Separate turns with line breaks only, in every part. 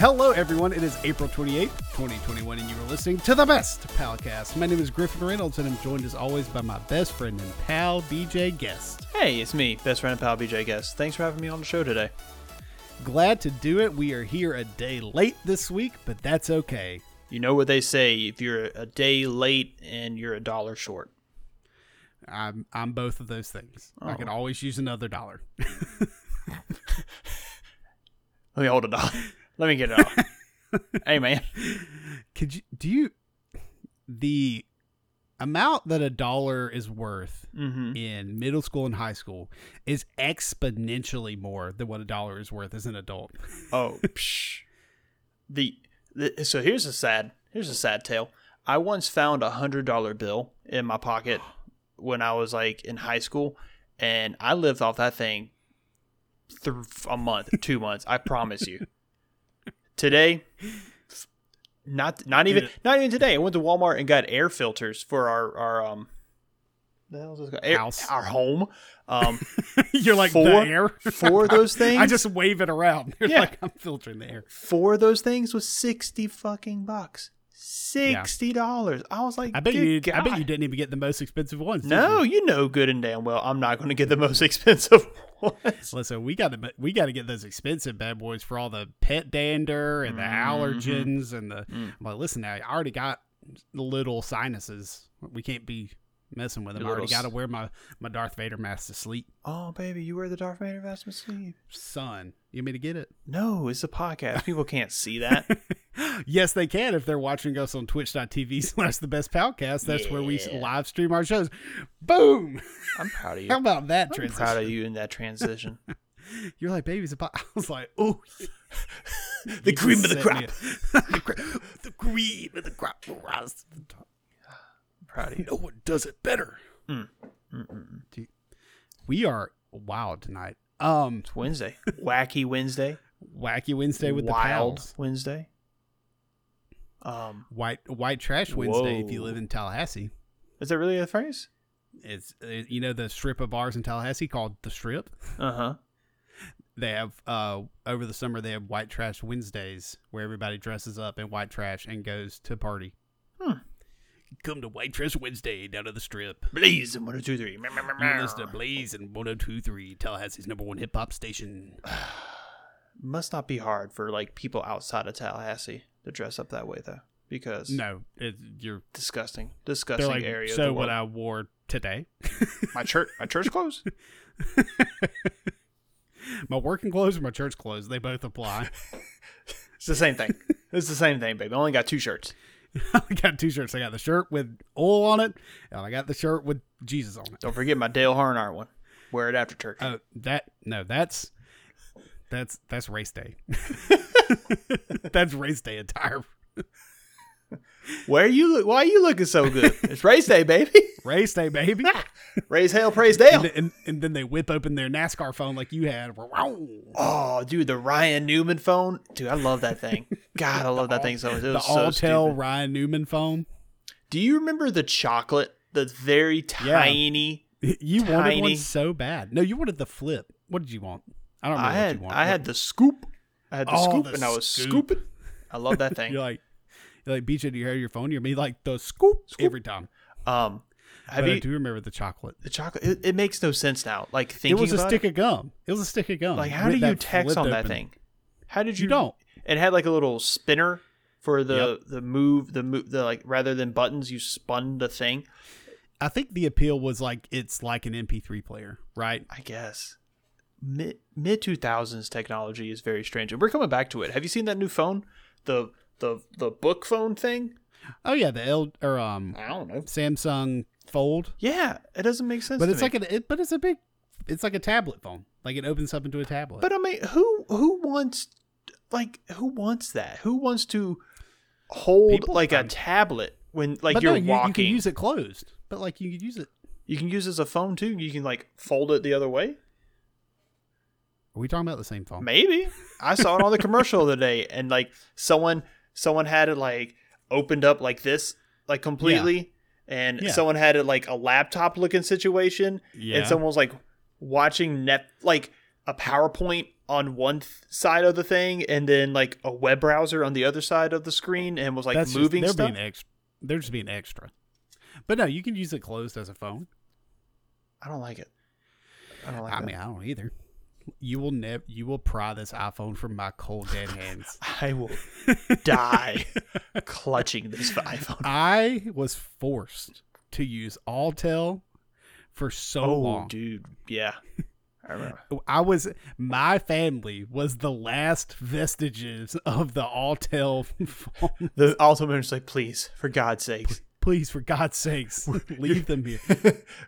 Hello, everyone. It is April 28th, 2021, and you are listening to the best Palcast. My name is Griffin Reynolds, and I'm joined as always by my best friend and pal, BJ Guest.
Hey, it's me, best friend and pal BJ Guest. Thanks for having me on the show today.
Glad to do it. We are here a day late this week, but that's okay.
You know what they say if you're a day late and you're a dollar short.
I'm I'm both of those things. I can always use another dollar.
Let me hold a dollar. Let me get it off. hey, man.
Could you do you the amount that a dollar is worth
Mm-hmm.
in middle school and high school is exponentially more than what a dollar is worth as an adult.
Oh, psh. The, the so here's a sad here's a sad tale. I once found a hundred dollar bill in my pocket when I was like in high school, and I lived off that thing through a month, two months. I promise you. Today, not not even not even today. I went to Walmart and got air filters for our our um. The hell is this called? Air-
House.
our home, um,
You're like
for
the air.
for those things.
I just wave it around. You're
Yeah.
like I'm filtering the air.
four of those things was sixty fucking bucks. Sixty dollars. I was like,
I bet
"Good
you. I bet
God."
you didn't even get the most expensive ones. did
No,
you?
you know good and damn well I'm not going to get the most expensive ones.
Listen, we got to we got to get those expensive bad boys for all the pet dander and the
Mm-hmm.
allergens and the.
Mm.
But listen, now I already got the little sinuses. We can't be messing with them. I
Your
already
little
got
s-
to wear my my Darth Vader mask to sleep.
Oh, baby, you wear the Darth Vader vest to sleep.
Son, you want me to get it?
No, it's a podcast. People can't see that.
Yes, they can if they're watching us on twitch.tv slash the best podcast. That's where we
Yeah.
live stream our shows. Boom!
I'm proud of you.
How about that
I'm
transition?
proud of you in that transition.
You're like, baby's a po-" I was like, oh,
the cream of the crop.
the, cre- the cream of the crop will rise to the top.
I'm proud of you.
No one does it better.
Mm.
Dude, we are wild tonight. Um,
It's Wednesday. Wacky Wednesday.
wacky Wednesday with
Wild
the pals.
Wednesday. Um,
White white trash Wednesday if you
Whoa.
live in Tallahassee.
is that really a phrase?
It's uh, you know the strip of bars in Tallahassee called the Strip.
Uh huh.
They have uh over the summer they have white trash Wednesdays where everybody dresses up in white trash and goes to party.
Hmm.
Come to White Trash Wednesday down to the Strip.
Blaze and one two three. Meow, meow, meow,
You
meow.
listen to Blaze and 1023, Tallahassee's number one hip hop station.
Must not be hard for like people outside of Tallahassee to dress up that way though, because
No, it, you're.
disgusting,
They're
disgusting
like,
area.
so
of the
what
world.
I wore today.
my church, my church clothes.
My working clothes or my church clothes, they both apply.
It's the same thing. It's the same thing, baby. I only got two shirts.
I got two shirts. I got the shirt with oil on it, and I got the shirt with Jesus on it.
Don't forget my Dale Harnard one. Wear it after church.
Oh, that no, that's that's that's race day. that's race day attire.
Where you look? Why are you looking so good? It's race day, baby.
Race day, baby.
Raise hell, praise
and,
Dale.
and, and then they whip open their NASCAR phone like you had.
Oh, dude, the Ryan Newman phone, dude. I love that thing. God, I love that thing so. It
The
was so
all tell
stupid.
Ryan Newman phone.
Do you remember the chocolate? The very tiny.
You wanted one
Tiny.
so bad. No, you wanted the flip. What did you want? I don't remember
I had
what you want.
I had the scoop. I had the
Oh,
scoop,
the
and I was
scoop.
scooping. I love that thing.
You're like, you're like, BJ, do you hear your phone? You're me like the scoop, every time.
Um, have
but I
you
do remember the chocolate.
the chocolate? It, it makes no sense now. Like
It
thinking
was a
about
stick of gum. It was a stick of gum.
it, like how
with
do you
that
text
flipped
on that
open.
thing? How did you?
You don't.
It had like a little spinner for the the move the move the like rather than buttons you spun the thing.
I think the appeal was like it's like an MP3 player, right?
I guess mid mid two thousands technology is very strange, and we're coming back to it. Have you seen that new phone? The the the book phone thing?
Oh yeah, the L or um
I don't know.
Samsung Fold,
Yeah, it doesn't make sense.
but
to
it's
me.
like an it, but it's a big, it's like a tablet phone. Like it opens up into a tablet.
But I mean, who who wants like who wants that? Who wants to hold
People-
like a
um,
tablet when like
But
you're
no, you, you
walking?
can use it closed. But like you could use it.
use it as a phone too. You can like fold it the other way.
Are we talking about the same phone?
Maybe I saw it on the commercial the other day, and like someone someone had it like opened up like this, like completely, and
Yeah.
someone had it like a laptop looking situation,
Yeah.
and someone was like watching net like a PowerPoint on one th- side of the thing and then like a web browser on the other side of the screen and was like
That's just-
moving
they're
stuff.
Being ex- they're just being extra. But no, you can use it closed as a phone.
I don't like it. I don't like
I
that.
mean, I don't either. You will never. You will pry this iPhone from my cold dead hands.
I will die clutching this iPhone.
I was forced to use Alltel for so
Oh,
long.
dude. Yeah. I remember.
I was my family was the last vestiges of the Alltel phone.
The Altamira's like, please, for God's sakes.
Please, for God's sakes, leave them here.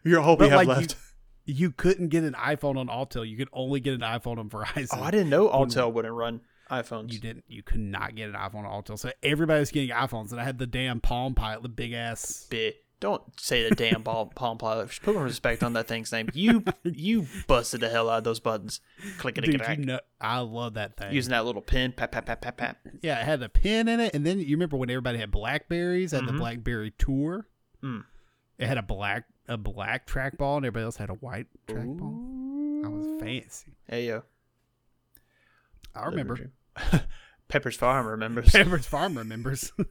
You're all we
But
have
like
left.
you, you couldn't get an iPhone on Alltel. You could only get an iPhone on Verizon.
oh, I didn't know Altel wouldn't run iPhones.
You didn't. You could not get an iPhone on Alltel. So everybody's getting iPhones, and I had the damn Palm Pilot, the big ass.
Bit. Don't say the damn ball, palm pilot. Just put some respect on that thing's name. You you busted the hell out of those buttons. Click it,
Dude, you
click
know, I love that thing.
Using that little pin, pat, pat, pat, pat, pat.
Yeah, it had a pin in it, and then you remember when everybody had Blackberries? I had the Blackberry Tour.
Mm-hmm. Mm.
It had a black a black trackball, and everybody else had a white trackball. I was fancy.
Hey, yo.
I remember.
Pepper's Farm remembers.
Pepper's Farm remembers.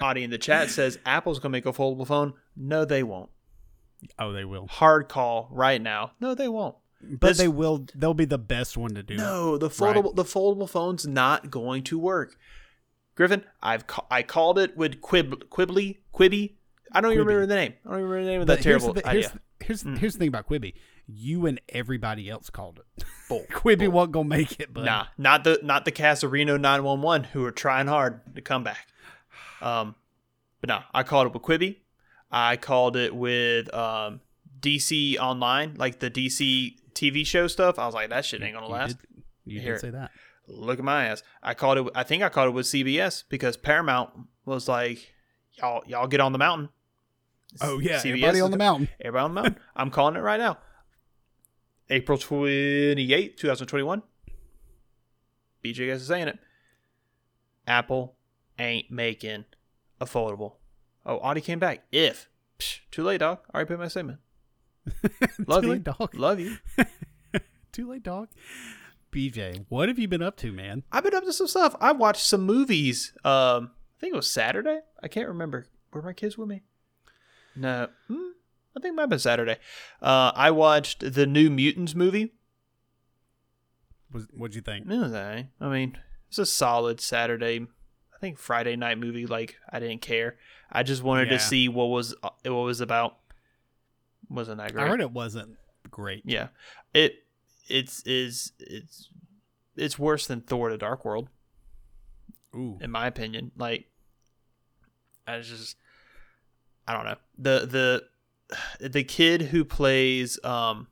Audie in the chat says Apple's gonna make a foldable phone. No, they won't.
oh, they will.
Hard call right now. No, they won't.
But
This-
they will. They'll be the best one to do. it.
No, the foldable the foldable phone's not going to work. Griffin, I've ca- I called it with Quib Quibbly Quibby. I don't even
Quibi.
remember the name. I don't even remember the name of
But
that
here's
terrible
the thi-
idea. Mm.
Here's, here's, here's the thing about Quibi. You and everybody else called it.
Bull.
Quibi wasn't gonna make it, but
Nah, not the not the Casarino 911 who are trying hard to come back. Um, but no, I called it with Quibi. I called it with um, DC Online, like the DC TV show stuff. I was like, that shit ain't gonna
you
last.
did, you
Here.
did say that.
Look at my ass. I called it. I think I called it with CBS because Paramount was like, y'all y'all get on the mountain.
Oh yeah,
CBS
everybody
is
on the
go-
mountain.
Everybody on the mountain. I'm calling it right now. April 28, 2021. BJ guys is saying it. Apple ain't making a foldable. Oh, Audi came back. If. Psh, too late, dog. Already put my statement. Love
Too
you.
late, dog.
Love you.
Too late, dog. BJ, what have you been up to, man?
I've been up to some stuff. I watched some movies. Um, I think it was Saturday. I can't remember. Were my kids with me? No. Hmm. I think it might have been Saturday. Uh, I watched the New Mutants movie.
Was, what'd you think?
It was alright. I mean, it's a solid Saturday, I think Friday night movie. Like I didn't care. I just wanted
Yeah.
to see what was uh, what was about. Wasn't that great?
I heard it wasn't great.
Yeah, it it's is it's it's worse than Thor: The Dark World
Ooh,
in my opinion. Like, I just, I don't know the the the kid who plays um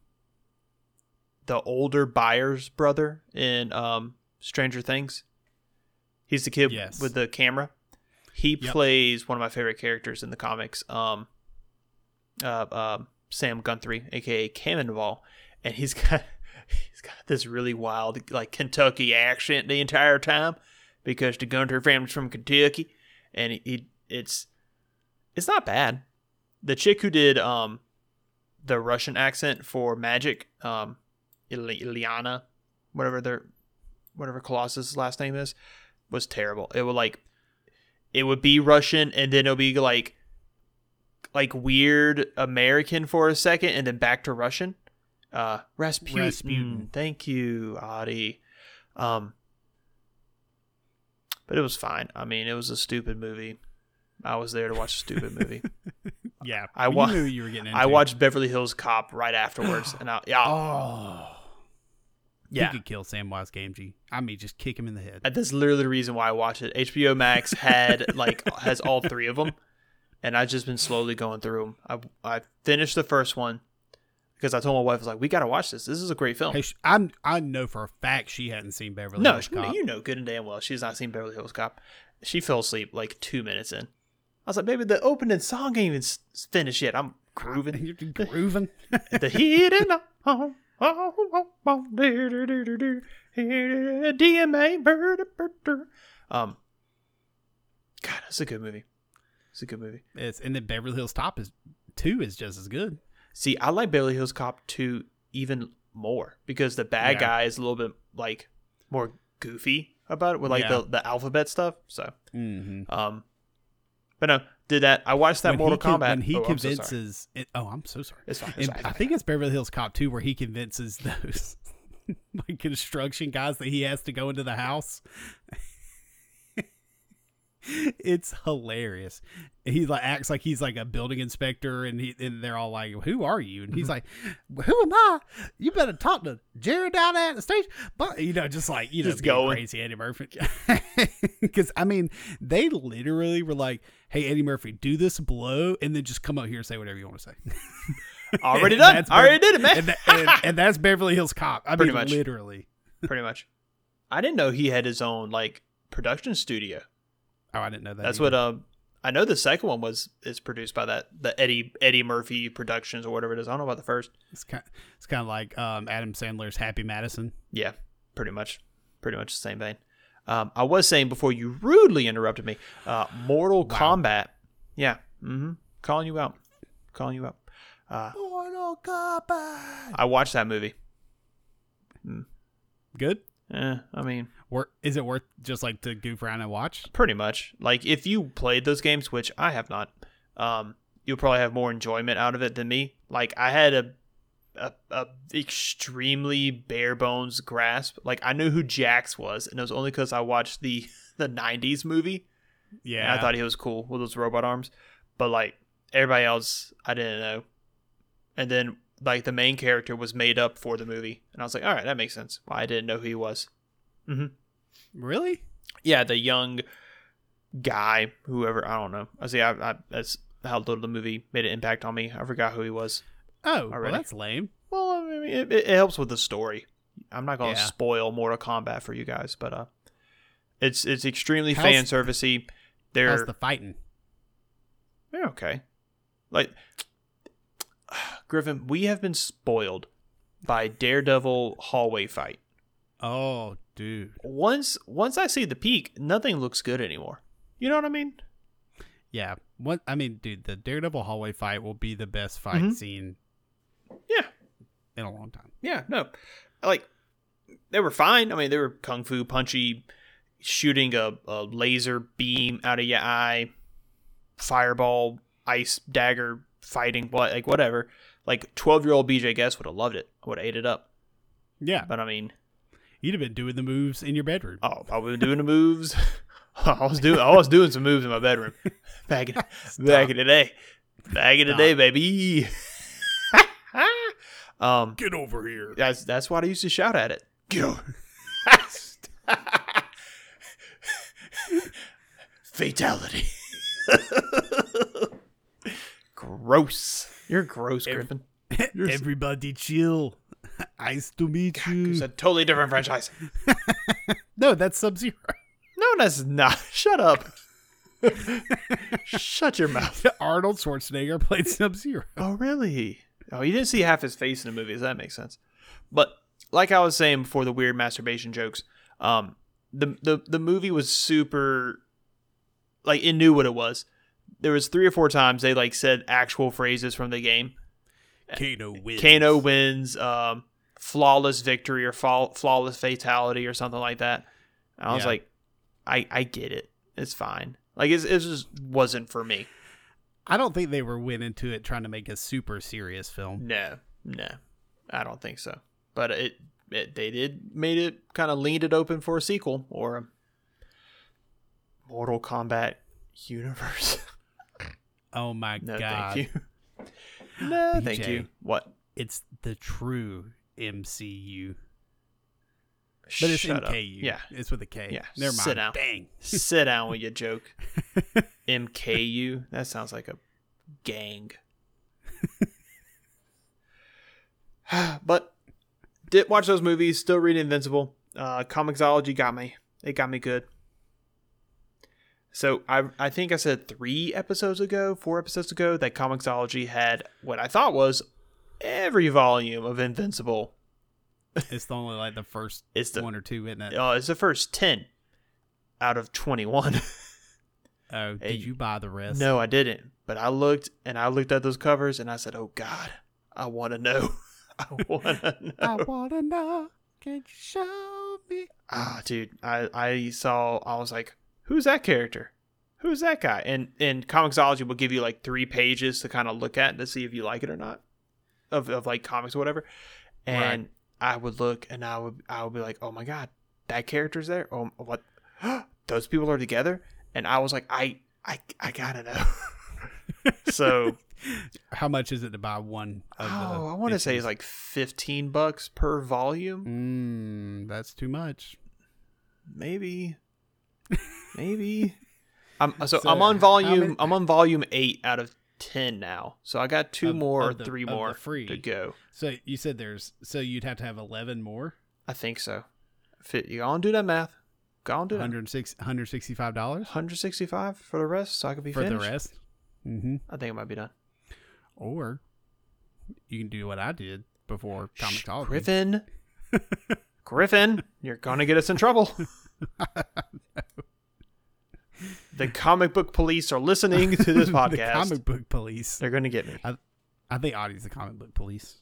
the older Byers brother in um Stranger Things. He's the kid
Yes.
with the camera. He
Yep.
plays one of my favorite characters in the comics. Um, uh, um Sam Guthrie, aka Cannonball, and he's got he's got this really wild like Kentucky accent the entire time because the Gunter family's from Kentucky, and he, he it's it's not bad. The chick who did um the Russian accent for Magic, um Ili- Iliana, whatever their whatever Colossus' last name is, was terrible. It would like it would be Russian and then it would be like like weird American for a second and then back to Russian. Uh Rasputin.
Rasputin.
Thank you, Adi. Um but it was fine. I mean, it was a stupid movie. I was there to watch a stupid movie.
yeah.
I
you
wa-
knew you were getting. Into.
I watched Beverly Hills Cop right afterwards, and I yeah
Oh,
yeah.
He could kill Samwise Gamgee. I mean, just kick him in the head.
That's literally the reason why I watch it. HBO Max had like has all three of them, and I've just been slowly going through them. I I finished the first one because I told my wife I was like, we got to watch this. This is a great film.
Hey, sh- I'm. I know for a fact she hadn't seen Beverly
no,
Hills
she-
Cop.
you know good and damn well she's not seen Beverly Hills Cop. She fell asleep like two minutes in. I was like, baby, the opening song ain't even s- finished yet. I'm grooving.
You're just grooving.
the heat in the home. Oh, oh, oh, do, do, do, do, do. Here, DMA. bur, du, bur, du. Um, God, it's a good movie. It's a good movie.
it's and then Beverly Hills Top is two is just as good.
See, I like Beverly Hills Cop 2 even more because the bad
Yeah.
guy is a little bit like more goofy about it with like
Yeah.
the, the alphabet stuff. So,
Mm-hmm.
um, but no, did that? I watched that
he
Mortal
con-
Kombat.
when he
oh, I'm so sorry.
convinces, it, oh, I'm so sorry.
it's fine. It's
And
fine, it's
I
fine.
think it's Beverly Hills Cop 2 where he convinces those like construction guys that he has to go into the house. it's hilarious. He like acts like he's like a building inspector and he and they're all like, Who are you? And he's like,
Mm-hmm.
Who am I? You better talk to Jared down at the station. But you know, just like you know,
Just
being
going.
crazy Eddie Murphy. Because I mean, they literally were like, Hey Eddie Murphy, do this blow and then just come out here and say whatever you want to say.
already
and
done.
that's
Already
Bev-
did it, man.
and, tha- and, and that's Beverly Hills Cop. I
Pretty
mean,
much.
literally.
Pretty much. I didn't know he had his own like production studio.
Oh, I didn't know that.
That's
either.
what um I know the second one was is produced by that the Eddie Eddie Murphy Productions or whatever it is. I don't know about the first.
it's kind. It's kind of like um, Adam Sandler's Happy Madison.
Yeah, pretty much, pretty much the same vein. Um, I was saying before you rudely interrupted me. Uh, Mortal Kombat. Yeah. Mm-hmm. Calling you out. Calling you out. Uh,
Mortal Kombat.
I watched that movie.
Good.
Eh, I mean,
Wor- is it worth just like to goof around and watch?
pretty much. Like if you played those games, which I have not, um, you'll probably have more enjoyment out of it than me. Like I had a a, a extremely bare bones grasp. Like I knew who Jax was, and it was only because I watched the the '90s movie. And
Yeah.
I thought he was cool with those robot arms, but like everybody else, I didn't know. And then like the main character was made up for the movie, and I was like, all right, that makes sense. Why I didn't know who he was.
really?
Yeah, the young guy, whoever I don't know. I see. I, I that's how little the movie made an impact on me. I forgot who he was.
Oh, well,
Already.
that's lame.
Well, I mean, it, it helps with the story. I'm not gonna
Yeah.
spoil Mortal Kombat for you guys, but uh, it's it's extremely
How's-
fan servicey. They're
How's the fighting?
They're okay. Like Griffin, we have been spoiled by Daredevil hallway fight.
Oh, dude.
Once once I see the peak, nothing looks good anymore. You know what I mean?
Yeah. What I mean, dude, the Daredevil hallway fight will be the best fight
Mhm.
scene
Yeah.
in a long time.
Yeah, no. Like they were fine. I mean, they were kung fu punchy shooting a, a laser beam out of your eye, fireball, ice dagger fighting what like whatever. Like 12-year-old BJ Guess would have loved it. Would have ate it up.
Yeah.
But I mean,
You'd have been doing the moves in your bedroom.
Oh, I was doing the moves. I was doing I was doing some moves in my bedroom back in back in the day, back in the day, baby. um,
Get over here.
that's that's what I used to shout at it. Go. Fatality. gross. You're gross, Griffin. You're s-
Everybody chill. Nice to meet you.
It's a totally different franchise.
no, that's Sub Zero.
No, that's not. Shut up. Shut your mouth.
Arnold Schwarzenegger played Sub Zero.
Oh, really? Oh, you didn't see half his face in the movie. So that makes sense. But like I was saying before, the weird masturbation jokes. Um, the the the movie was super. Like it knew what it was. There was three or four times they like said actual phrases from the game.
Kano wins.
Kano wins, um, flawless victory or fall, flawless fatality or something like that. And I was
Yeah.
like, I I get it. It's fine. Like it's, it just wasn't for me.
I don't think they were went into it trying to make a super serious film.
No, no, I don't think so. But it, it they did made it kind of leaned it open for a sequel or a Mortal Kombat universe.
Oh my
no,
god.
thank you. no, thank
BJ.
you. What?
It's the true MCU. But
Shut
it's
up.
MKU.
Yeah,
It's with a K.
Yeah,
Never mind.
sit down.
Dang.
sit down with your joke. MKU. That sounds like a gang. but did watch those movies. Still reading Invincible. Uh, Comixology got me. It got me good. So I I think I said three episodes ago, four episodes ago, that Comixology had what I thought was every volume of Invincible.
It's the only like the first
It's the
one or two, isn't it?
oh, it's the first ten out of twenty one.
Oh, did
Hey,
you buy the rest?
No, I didn't. But I looked and I looked at those covers and I said, "Oh God, I want to know. I wanna know.
I wanna know. Can you show me?
Ah, dude, I I saw. I was like, who's that character? Who's that guy? And and Comixology will give you like three pages to kind of look at to see if you like it or not, of of like comics or whatever. And I would look, and I would I would be like, oh my god, that character's there. Oh, what? Those people are together. And I was like, I I I gotta know. so
How much is it to buy one of the?
oh, I want to say it's like fifteen bucks per volume.
Mm, that's too much.
maybe maybe i'm uh, so,
So,
i'm on
how
volume
many-
i'm on volume 8 out of 10 now so i got two
Of-
more or
of the-
three
of the
more
free.
to go
So you said there's. So you'd have to have eleven more.
i think so fit you on do that math go on do that
106 165 dollars
165 for the rest so i could be
for the
finished
rest. Mm-hmm.
i think it might be done
Or you can do what I did before
Shh,
Comixology.
griffin griffin you're gonna get us in trouble the comic book police are listening to this
The
podcast
comic book police.
they're gonna get me
I think Audie's the comic book police.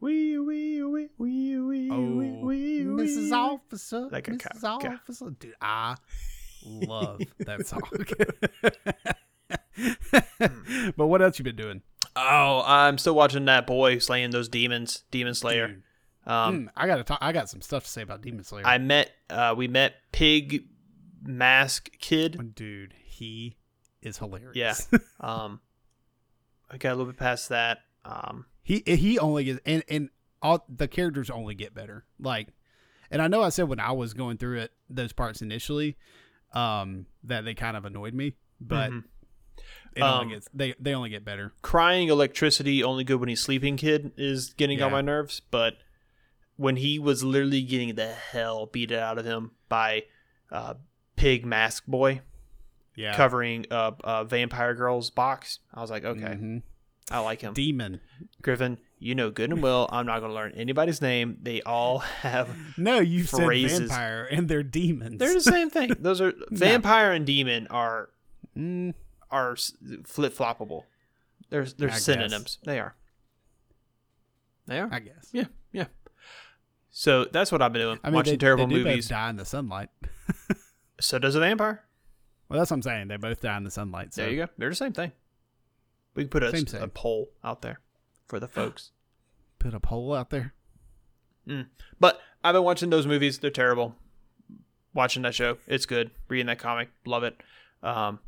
Wee wee wee wee wee wee wee.
Mrs.
wee.
Officer,
Like a
Mrs.
cop, yeah.
Officer, dude, I love that song.
Hmm.
but what else you been doing?
Oh, I'm still watching that boy slaying those demons, Demon Slayer.
Dude,
um,
mm, I gotta talk. I got some stuff to say about Demon Slayer.
I met, uh, we met Pig Mask Kid.
dude, he is hilarious.
Yeah. Um, I got a little bit past that. Um,
he he only gets and and all the characters only get better like and i know i said when i was going through it those parts initially um that they kind of annoyed me but
mhm.
it only
Um,
gets, they they only get better
crying electricity only good when he's sleeping. Kid is getting on
Yeah.
my nerves, but when he was literally getting the hell beat out of him by uh, Pig Mask Boy.
yeah
covering uh, uh, Vampire Girl's box. I was like, okay,
Mhm.
I like him.
demon
Griffin, you know good and well, I'm not going to learn anybody's name. They all have.
no you said
Phrases.
vampire and they're demons
They're the same thing. Those are vampire and demon are
Mm,
are flip floppable. They're they're
I guess.
synonyms. They are. They are.
i guess
yeah, yeah. So that's what I've been doing.
i mean
watching
they,
terrible
they do both
movies.
die in the sunlight
So does a vampire.
well that's what i'm saying they both die in the sunlight so
There you go. They're the same thing. We can put a,
Same
a
thing.
poll out there for the folks.
put a pole out there
Mm. But I've been watching those movies. They're terrible. Watching that show, it's good. Reading that comic, love it. Um,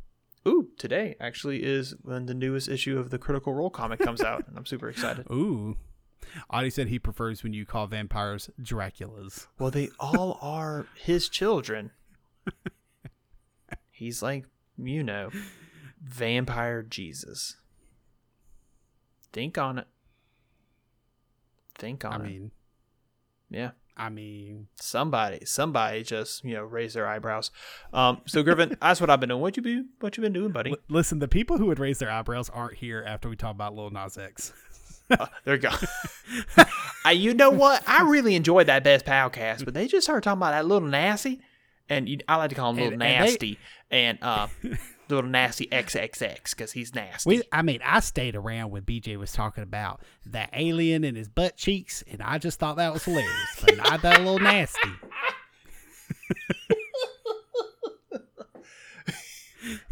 ooh, today actually is when the newest issue of the Critical Role comic comes out, and I'm super excited.
ooh audie said he prefers when you call vampires draculas
Well, they all are his children. He's like, you know, vampire Jesus. Think on it. Think on
i
it.
mean
yeah.
i mean
somebody somebody just you know raise their eyebrows um so griffin that's what i've been doing what you been what you been doing buddy
L- listen, the people who would raise their eyebrows aren't here after we talk about Lil Nas X.
Uh, there you go Uh, you know what i really enjoyed that best podcast but they just started talking about that little nasty and you, i like to call him
And-
little
and they-
nasty and, uh little nasty xxx because he's nasty
We, I mean, I stayed around when BJ was talking about that alien and his butt cheeks, and I just thought that was hilarious. but I thought a little nasty.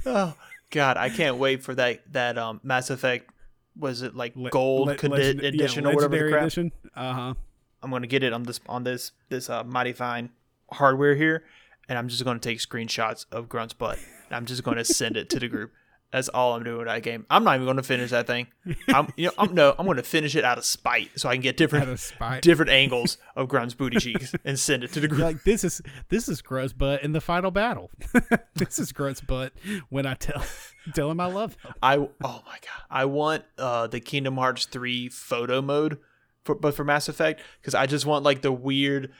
oh god i can't wait for that that um mass effect was it like
Le-
gold
le-
condi-
legend- yeah,
edition or whatever
legendary
the crap
edition. Uh huh.
I'm gonna get it on this on this this uh, mighty fine hardware here, and I'm just gonna take screenshots of Grunt's butt. And I'm just gonna send it to the group. That's all I'm doing with that game. I'm not even gonna finish that thing. I'm you know I'm no I'm gonna finish it out of spite so I can get
Out
different
of spite.
different angles of Grunt's booty cheeks and send it to the
You're
group.
like this is this is gross butt in the final battle. this is gross butt when I tell tell him I love him.
I oh my god, I want uh the Kingdom Hearts three photo mode, for, but for Mass Effect because I just want like the weird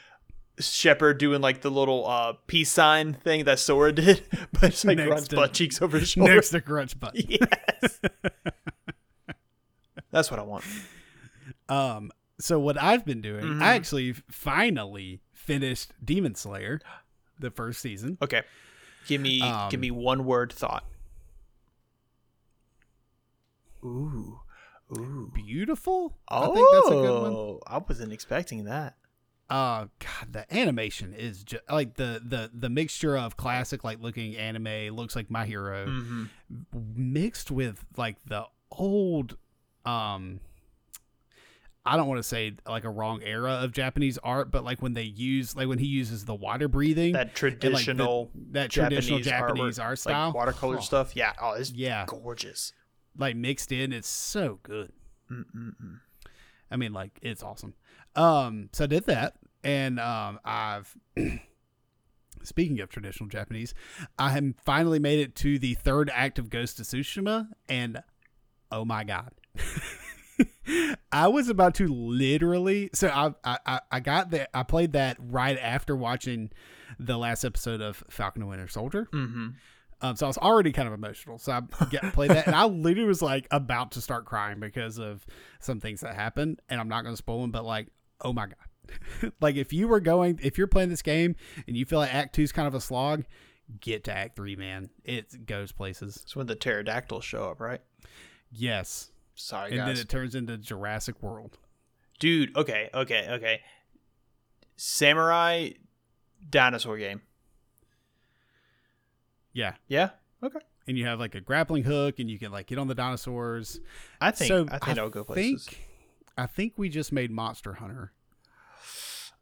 Shepard doing like the little uh peace sign thing that Sora did, but it's like
Next
runs
to-
butt cheeks over his shoulder.
Next to grunge butt.
Yes, that's what I want.
Um, so what I've been doing,
Mhm.
I actually finally finished Demon Slayer, the first season.
Okay, give me
Um,
give me one word thought. Ooh, Ooh.
Beautiful.
Oh,
I think that's a good one.
I wasn't expecting that.
uh god the animation is just like the the the mixture of classic like looking anime looks like my hero
Mm-hmm.
mixed with like the old um i don't want to say like a wrong era of japanese art but like when they use like when he uses the water breathing
That
and, like, the-
traditional,
that traditional japanese
artwork,
art
like
style
watercolor
Oh,
stuff. Yeah, oh, it's
yeah
gorgeous.
like mixed in it's so good
Mm-mm-mm.
I mean, like it's awesome. Um, so I did that, and um, I've speaking of traditional Japanese, I am finally made it to the third act of Ghost of Tsushima, and oh my god. I was about to literally so I I- I I got that I played that right after watching the last episode of Falcon and Winter Soldier.
Mm-hmm.
Um, so I was already kind of emotional. So I get, played that, and I literally was like about to start crying because of some things that happened. And I'm not going to spoil them, but like, oh my god! like if you were going, if you're playing this game and you feel like Act Two's kind of a slog, get to Act Three, man. It goes places.
It's when the pterodactyls show up, right?
Yes,
Sorry,
and
guys.
then it turns into Jurassic World.
Dude, okay, okay, okay. Samurai dinosaur game.
Yeah,
Yeah? Okay.
and you have like a grappling hook, and you can like get on the dinosaurs.
I think
so
I think that'll go places.
think I think we just made Monster Hunter.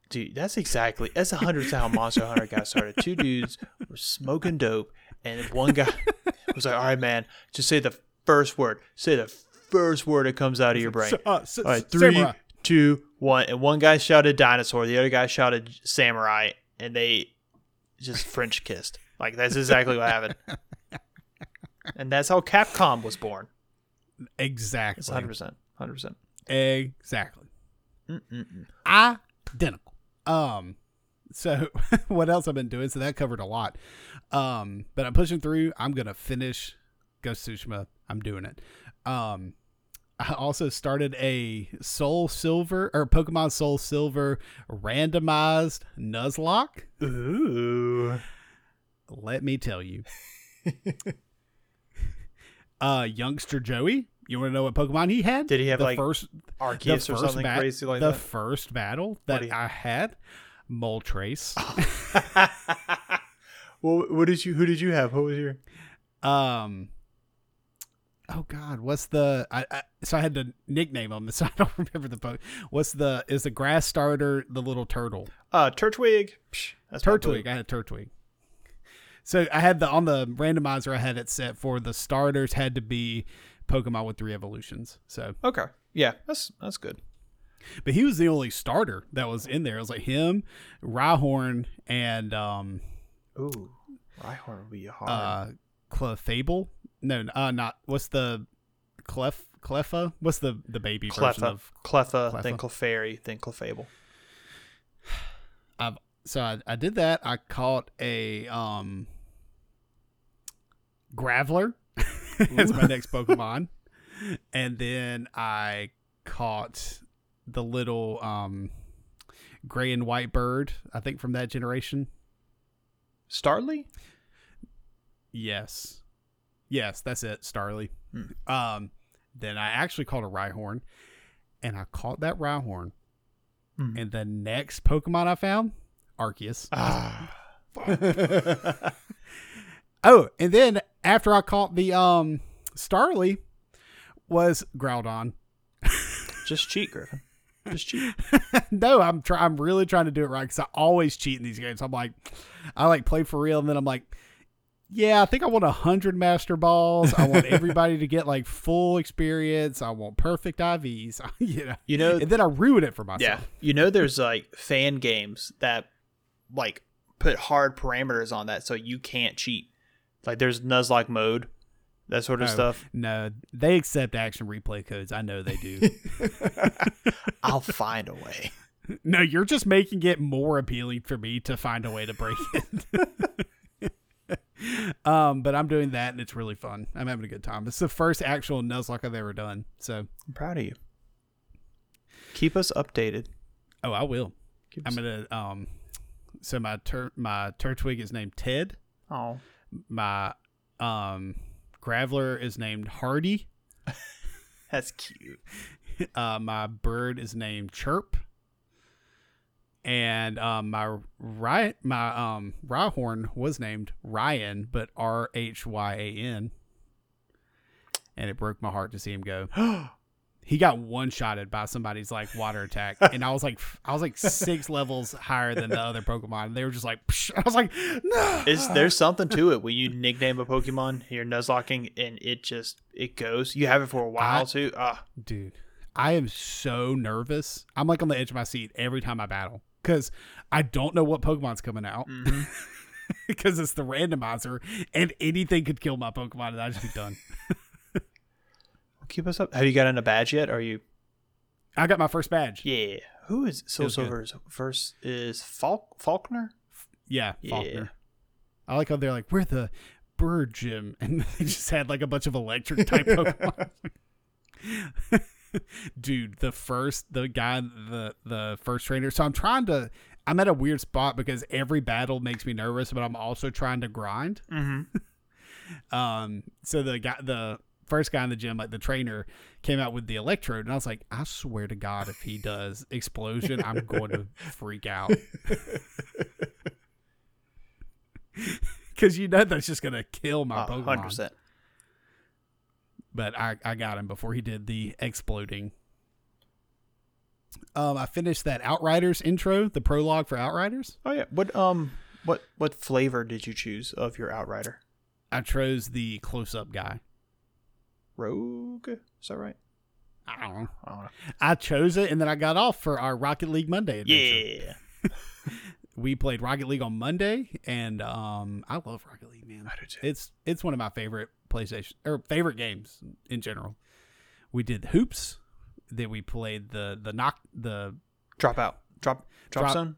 Dude, that's exactly that's a hundred how Monster Hunter got started. Two dudes were smoking dope, and one guy was like, "All right, man, just say the first word. Say the first word that comes out of your brain.
So- uh, s-
All right,
s-
three,
Samurai.
two, one." And one guy shouted dinosaur, the other guy shouted samurai, and they just French kissed. Like that's exactly what happened. And that's how Capcom was born. It's
Exactly.
hundred percent, hundred percent.
Exactly. Identical. Um so what else I've been doing? So that covered a lot. Um but I'm pushing through. I'm gonna finish Ghost of Tsushima. I'm doing it. Um I also started a Soul Silver or Pokemon Soul Silver randomized Nuzlocke.
Ooh.
Let me tell you. uh youngster Joey, you wanna know what Pokemon he had?
Did he have,
the
like,
first the
Arceus or
first
something
bat-
crazy like
the
that.
first battle
do
that
you-
I had, Moltres.
well, what did you? Who did you have? What was your?
Um. Oh God, what's the? I, I so I had to nickname him, so I don't remember the po What's the? Is the grass starter the little turtle?
Uh, Turtwig. Psh, That's my
Turtwig.
boy.
I had Turtwig. So I had the on the randomizer. I had it set for the starters had to be Pokemon with three evolutions. So,
Okay. Yeah, that's that's good.
but he was the only starter that was in there. It was like him, Rhyhorn, and um,
Ooh, Rhyhorn would be hard.
uh Clefable? No, uh not what's the Clef Clefa? What's the the baby version
Cleffa,
of
Cleffa,
Cleffa.
then Clefairy, then Clefable.
I've so I, I did that. I caught a um Graveler as my next Pokemon. and then I caught the little um gray and white bird, I think from that generation.
Starly.
Yes. Yes, that's it, Starly.
Hmm.
Um, then I actually caught a Rhyhorn, and I caught that Rhyhorn.
Hmm.
And the next Pokemon I found, Arceus.
Ah.
Oh, and then after I caught the um Starly, was Groudon.
Just cheat, Griffin. Just cheat.
no, I'm try- I'm really trying to do it right because I always cheat in these games. I'm like, I like play for real, and then I'm like, yeah, I think I want a hundred master balls. I want everybody to get like full experience. I want perfect IVs. you know,
You know,
and then I ruin it for
yeah.
myself.
You know, there's like fan games that like put hard parameters on that, so you can't cheat. Like there's Nuzlocke mode, that sort of
No.
stuff.
No, they accept action replay codes. I know they do.
I'll find a way.
no, you're just making it more appealing for me to find a way to break it. um, but I'm doing that, and it's really fun. I'm having a good time. It's the first actual Nuzlocke I've ever done. So,
I'm proud of you. Keep us updated.
oh, I will.
Keep
I'm gonna um. So my tur my Turtwig is named Ted.
oh,
My um Graveler is named Hardy.
That's cute.
Uh, my bird is named Chirp, and um, my riot my um Rhyhorn was named Ryan, but R H Y A N. And it broke my heart to see him go. He got one shotted by somebody's like water attack, and I was like, f- I was like six levels higher than the other Pokemon. And they were just like, Psh. I was like, no.
Is there's something to it when you nickname a Pokemon you're nuzlocking and it just it goes. You have it for a while
I-
too. Ah,
dude i am so nervous i'm like on the edge of my seat every time i battle because i don't know what pokemon's coming out
mhm.
because it's the randomizer and anything could kill my pokemon and i'd just be done
keep us up. Have you gotten a badge yet? Are you?
i got my first badge
Yeah. Who is so
Feels good.
Silver's first is Falk Faulkner?
yeah,
Yeah.
Faulkner. i like how they're like we're the bird gym and they just had like a bunch of electric type pokemon dude the first the guy the the first trainer so i'm trying to i'm at a weird spot because every battle makes me nervous but i'm also trying to grind
Mm-hmm.
Um, so the guy, the first guy in the gym, like the trainer, came out with the electrode, and I was like, I swear to God, if he does explosion, I'm going to freak out. Because you know that's just gonna kill my Pokemon.
Ah, Hundred percent.
But I, I got him before he did the exploding. Um, I finished that Outriders intro, the prologue for Outriders.
Oh yeah. What um what what flavor did you choose of your Outrider?
I chose the close-up guy.
Rogue? Is that right?
I don't know.
I don't know.
I chose it, and then I got off for our Rocket League Monday adventure.
Yeah.
we played Rocket League on Monday, and um, I love Rocket League, man.
I do too.
It's it's one of my favorite PlayStation or favorite games in general. We did hoops, then we played the the knock the
Drop out. Drop drop,
Drop-
zone.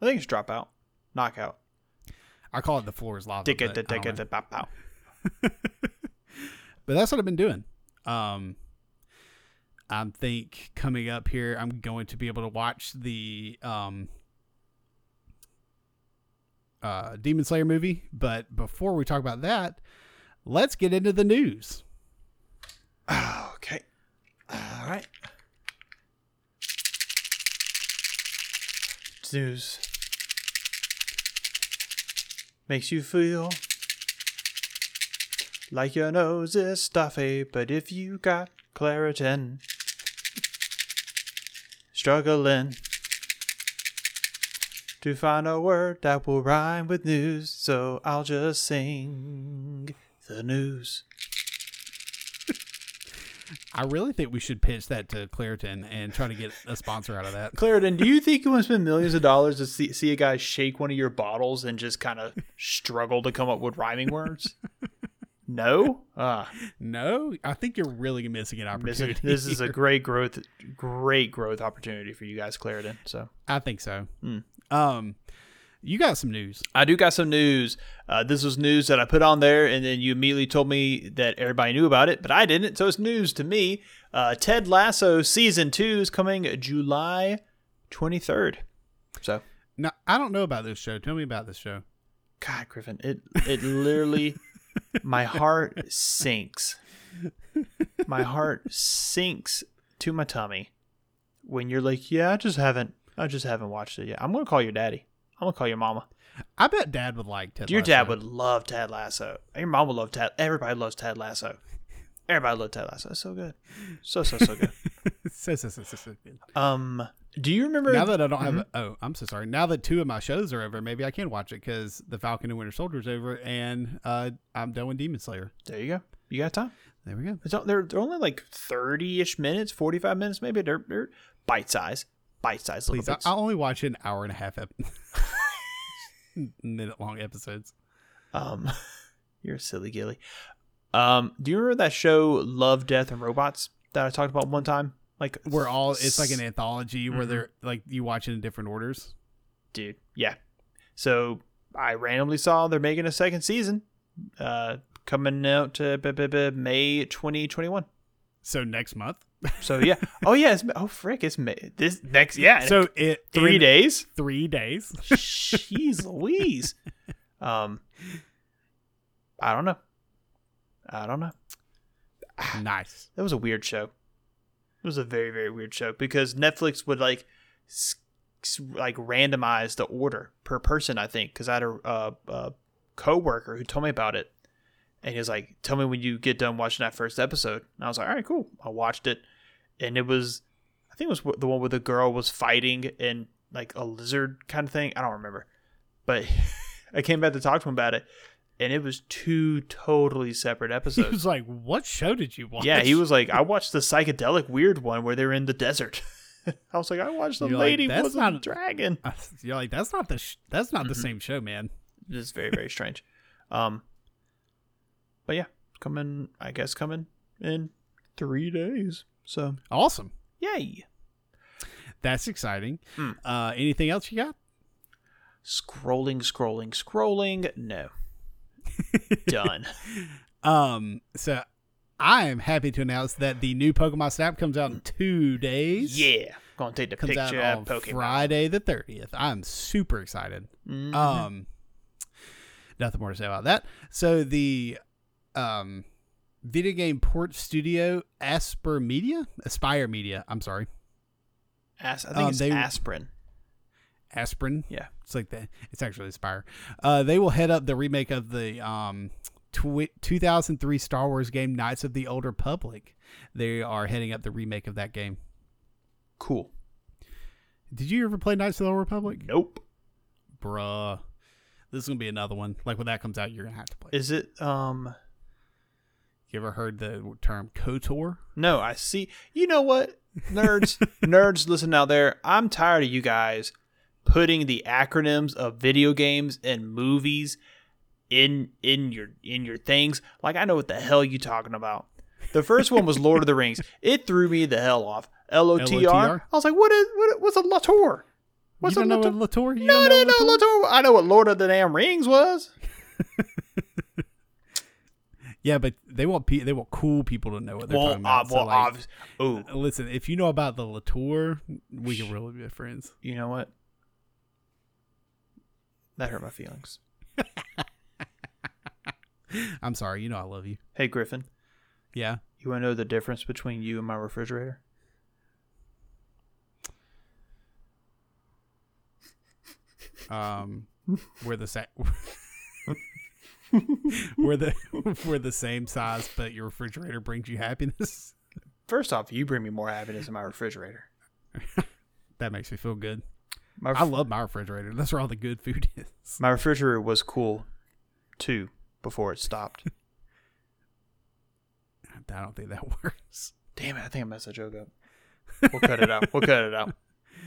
I think it's drop out. Knockout.
I call it the floor is lava.
Dick
but
it the
I don't
dick it
know.
the pop out.
but that's what I've been doing. Um, I think coming up here, I'm going to be able to watch the um, uh, Demon Slayer movie. But before we talk about that, let's get into the news.
Okay. All right. News makes you feel like your nose is stuffy, but if you got Claritin, struggling to find a word that will rhyme with news, so I'll just sing the news.
I really think we should pitch that to Claritin and try to get a sponsor out of that.
Clarendon, do you think you want to spend millions of dollars to see, see a guy shake one of your bottles and just kind of struggle to come up with rhyming words? No? Ah,
No, I think you're really missing an
this
opportunity.
is, this is a great growth, great growth opportunity for you guys, Clarendon. So
I think so.
Hmm.
Um, you got some news.
I do got some news. Uh, this was news that I put on there, and then you immediately told me that everybody knew about it, but I didn't. So it's news to me. Uh, Ted Lasso season two is coming July twenty third. So
Now I don't know about this show. Tell me about this show.
God, Griffin, it it literally, my heart sinks. My heart sinks to my tummy when you're like, yeah, I just haven't, I just haven't watched it yet. I'm gonna call your daddy. I'm gonna call your mama.
I bet Dad would like Ted.
Your dad
Lasso.
would love Tad Lasso. Your mom would love Tad. Everybody loves Tad Lasso. Everybody loves Tad Lasso. It's so good. So so so good.
so, so, so, so, so good.
Um, do you remember? Mm-hmm.
Now that I don't have, oh, I'm so sorry. Now that two of my shows are over, maybe I can watch it because the Falcon and Winter Soldier is over, and uh, I'm done with Demon Slayer.
there you go. You got time.
There we go.
It's on, they're, they're only like 30 ish minutes, 45 minutes, maybe. They're, they're bite size, bite size little
Please, I,
bits.
I'll only watch an hour and a half ep- minute long episodes.
Um, you're a silly gilly. Um, do you remember that show Love, Death, and Robots that I talked about one time? Like,
Where all it's like an
s-
anthology where
Mhm.
they're like you watch it in different orders.
dude. Yeah. So I randomly saw they're making a second season, uh, coming out to b- b- b- May 2021.
So next month.
So yeah. oh yeah. It's, oh frick. It's May this next. Yeah. So
So it
three
in
days.
Three days.
Jeez Louise. Um, I don't know. I don't know.
nice.
That was a weird show. It was a very very weird show because Netflix would like s- s- like randomize the order per person. I think because I had a, uh a coworker who told me about it, and he was like, "Tell me when you get done watching that first episode." And I was like, "All right, cool." I watched it, and it was I think it was wh- the one where the girl was fighting and like a lizard kind of thing. I don't remember, but I came back to talk to him about it, and it was two totally separate
He
episodes.
was like, "What show did you watch?"
Yeah, he was like, I watched the psychedelic weird one where they're in the desert. I was like, I watched the
You're like,
lady
"That's
with
not
a
a-
dragon.
You're like, that's not the sh- that's not the
Mm-hmm.
same show, man.
It's very very strange. Um, but yeah, coming I guess coming in three days. So
Awesome.
yay,
That's exciting.
Hmm.
Uh, anything else you got?
scrolling, scrolling, scrolling. No, done.
Um, so I am happy to announce that the new Pokemon Snap comes out in two days.
yeah, gonna take the
comes out
picture
on
of Pokemon.
Friday the thirtieth. I'm super excited.
Mhm.
Um, nothing more to say about that. So the um, video game port studio Asper Media, Aspire Media. I'm sorry,
As- I think
um,
it's
they-
aspirin.
Aspirin.
Yeah.
It's like the it's actually Aspire. Uh, they will head up the remake of the um. Tw- 2003 Star Wars game Knights of the Old Republic. They are heading up the remake of that game.
Cool.
Did you ever play Knights of the Old Republic?
Nope.
Bruh. This is gonna be another one. Like when that comes out, you're gonna have to play. it.
Is it um?
You ever heard the term KOTOR?
No, I see. You know what, nerds, nerds, listen out there. I'm tired of you guys putting the acronyms of video games and movies in in your in your things. Like I know what the hell you talking about. The first one was Lord of the Rings. It threw me the hell off. L O T
LOTR?
R. I was like, what is what? What's a Lator? What's
you
a
don't know
Lator?
what Latour? You
no,
don't
I
know
didn't know
Latour?
Lator. I know what Lord of the Damn Rings was.
Yeah, but they want pe- they want cool people to know what they're
Well,
talking about.
ob-
So,
well,
like,
obvious. Oh, Ooh,
listen, if you know about the Latour, we can really be friends.
you know what? That hurt my feelings.
I'm sorry, you know I love you.
Hey Griffin,
Yeah.
you want to know the difference between you and my refrigerator?
Um, we're the same. we're the we're the same size, but your refrigerator brings you happiness.
First off, you bring me more happiness in my refrigerator.
That makes me feel good.
My,
I love my refrigerator. That's where all the good food is.
my refrigerator was cool too before it stopped.
I don't think that works.
Damn it, I think I messed that joke up. We'll cut it out. We'll cut it out.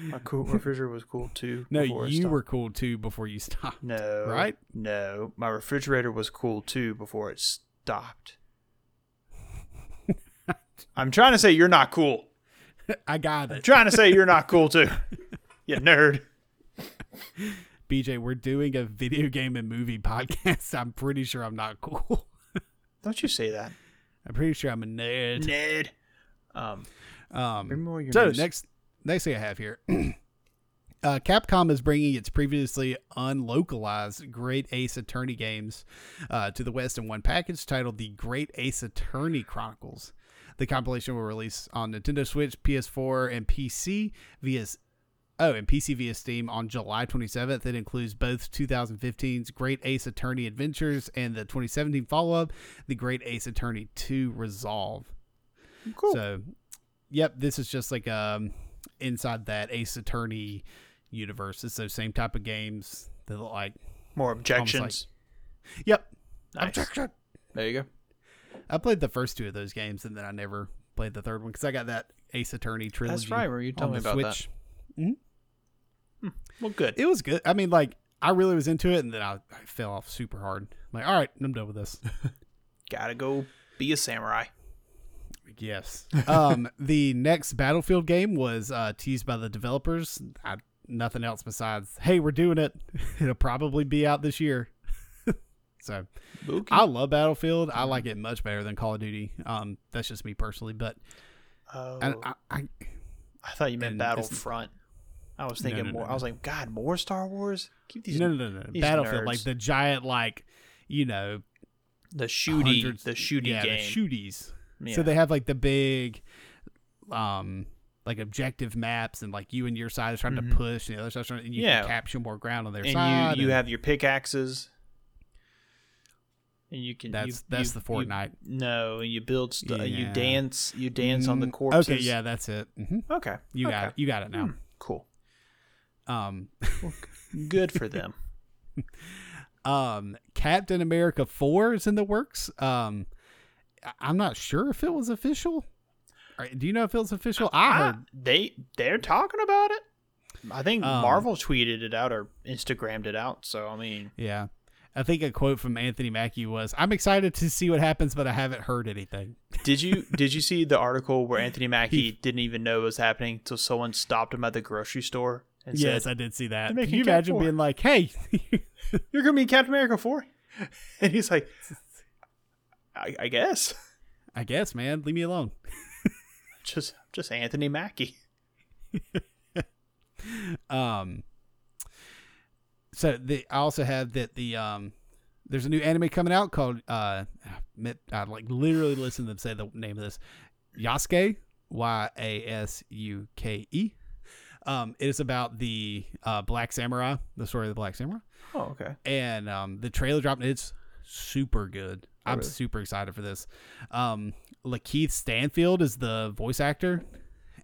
My cool refrigerator was cool too.
No,
before it
you
stopped.
were cool too before you stopped.
no
right?
No, my refrigerator was cool too before it stopped. I'm trying to say you're not cool.
I got it.
Trying to say you're not cool too. You nerd.
BJ, we're doing a video game and movie podcast. I'm pretty sure I'm not cool.
Don't you say that.
I'm pretty sure I'm a nerd.
Ned. Um,
Um,
more your
so next, next thing I have here, uh, Capcom is bringing its previously unlocalized Great Ace Attorney games uh, to the West in one package titled the Great Ace Attorney Chronicles. The compilation will release on Nintendo Switch, PS4, and PC via Oh, and PC via Steam on July 27th. It includes both 2015's Great Ace Attorney Adventures and the 2017 follow up, The Great Ace Attorney 2 Resolve.
Cool.
So, yep, this is just like um inside that Ace Attorney universe. It's those same type of games that look like.
more
almost
objections.
Yep,
Nice.
Objection.
There you go.
I played the first two of those games, and then I never played the third one because I got that Ace Attorney trilogy.
right, were you
on
telling me
the
about that?
Switch.
Well, good.
It was good. I mean, like I really was into it, and then I, I fell off super hard. I'm like, all right, I'm done with this.
Gotta go be a samurai.
Yes. um, the next Battlefield game was uh, teased by the developers. I, nothing else besides, hey, we're doing it. It'll probably be out this year. so
Mookie.
I love Battlefield. I like it much better than Call of Duty. Um, that's just me personally, but
oh,
and
I,
I, I,
thought you meant
and it's-
Battlefront. I was
No,
thinking
no, no,
more. I
no.
was like, God, more Star Wars. Keep these
no, no, no, no.
these
Battlefield,
nerds.
like the giant, like you know,
the shooty,
hundreds-
the shooty
yeah,
game.
the shooties. So they have like the big, um, like objective maps, and like you and your side is trying to
Mhm.
push, and the other side's trying, to, and you
Yeah.
can capture more ground on their side.
and you, you have your pickaxes, and you can.
that's
you,
that's
you-
the Fortnite.
You, no, you build. St- You
Yeah.
dance. You dance on the
Mm,
corpses.
Okay, yeah, that's it. hmm
Okay.
You got
okay.
it. You got it now.
Hmm, Cool.
Um,
Good for them.
um, Captain America Four is in the works. Um, I- I'm not sure if it was official. All right, Do you know if it was official? I
I-
heard
they they're talking about it. I think
Um,
Marvel tweeted it out or Instagrammed it out. So I mean,
Yeah. I think a quote from Anthony Mackie was, I'm excited to see what happens, but I haven't heard anything.
did you did you see the article where Anthony Mackie
He-
didn't even know it was happening till someone stopped him at the grocery store and
yes,
said,
I did see that.
They're
Can
making
you
Cap
imagine
four.
being like, hey,
"You're gonna be in Captain America 4? and he's like, I, "I guess
I guess, man, leave me alone.
just just Anthony Mackie."
Um, so the, I also have that the, um, there's a new anime coming out called, uh, I, I like literally listened to them say the name of this Yasuke, Y A S U K E. Um, it is about the, uh, Black Samurai, the story of the Black Samurai.
Oh, okay.
and um, the trailer dropped. and It's super good.
Oh,
I'm
really?
super excited for this. Um, Lakeith Stanfield is the voice actor,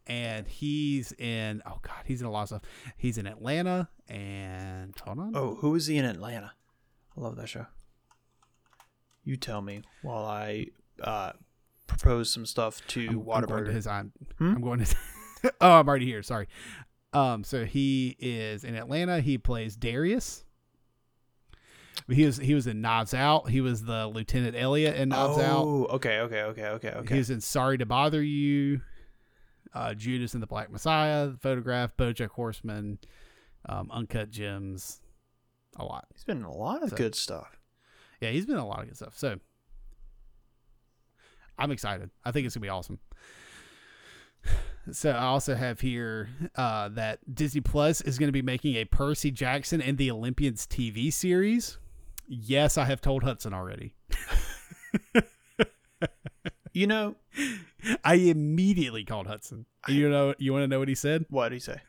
and he's in. Oh God, he's in a lot of stuff. He's in Atlanta, and hold on.
Oh, who is he in Atlanta? I love that show. You tell me while I uh, propose some stuff to
I'm, I'm going to
Waterburger.
his. I'm,
Hmm?
I'm going to. oh, I'm already here. Sorry. Um, so he is in Atlanta. He plays Darius. He was he was in Knives Out. He was the Lieutenant Elliot in Knives Out.
oh, okay, okay, okay, okay, okay.
He was in Sorry to Bother You, uh, Judas and the Black Messiah, The Photograph, BoJack Horseman, um, Uncut Gems, a lot.
He's been in a lot of
So-
good stuff.
Yeah, he's been in a lot of good stuff. So I'm excited. I think it's gonna be awesome. So I also have here uh, that Disney Plus is going to be making a Percy Jackson and the Olympians TV series. Yes, I have told Hudson already.
You know
I immediately called Hudson. You know, you want to know what he said?
what do you say?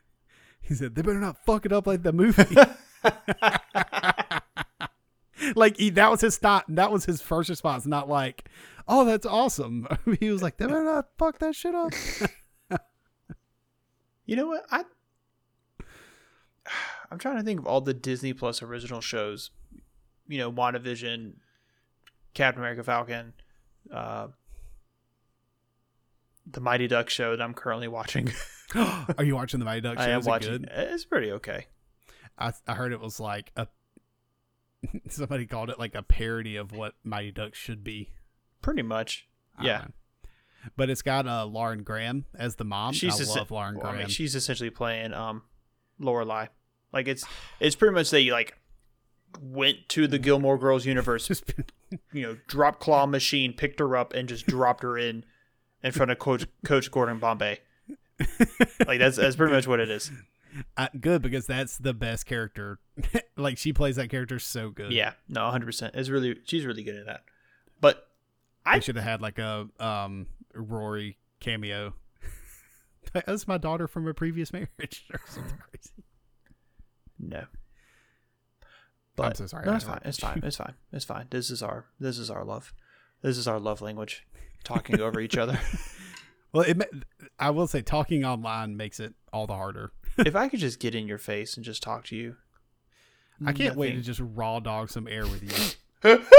He said, "They better not fuck it up like the movie." like he, that was his stop. That was his first response. Not like, "Oh, that's awesome." he was like, "They better not fuck that shit up."
You know what? I I'm trying to think of all the Disney Plus original shows. You know, WandaVision, Captain America Falcon, uh, the Mighty Duck show that I'm currently watching.
Are you watching the Mighty Duck show?
I am
Oh, Is it
watching.
good?
It's pretty okay.
I, I heard it was like a. Somebody called it like a parody of what Mighty Duck should be.
Pretty much.
I don't
Yeah.
know. But it's got uh, Lauren Graham as the mom.
she's
I
just
love Lauren
well, I
Graham.
mean, she's essentially playing um Lorelai. Like it's it's pretty much that you like went to the Gilmore Girls universe,
just been-
you know, drop claw machine, picked her up and just dropped her in in front of coach coach Gordon Bombay. Like that's that's pretty much what it is.
uh, good because that's the best character. like she plays that character so good.
Yeah. No, 100%. It's really she's really good at that. But
I
I-
should have had like a um Rory cameo. That's my daughter from a previous marriage or something crazy.
no.
I'm so sorry.
No,
I
it's fine.
interrupted
It's fine. It's fine. It's fine. This is our this is our love. This is our love language. Talking over each other.
Well, it, ma- I will say talking online makes it all the harder.
if I could just get in your face and just talk to you.
I can't wait to just raw dog some air with you.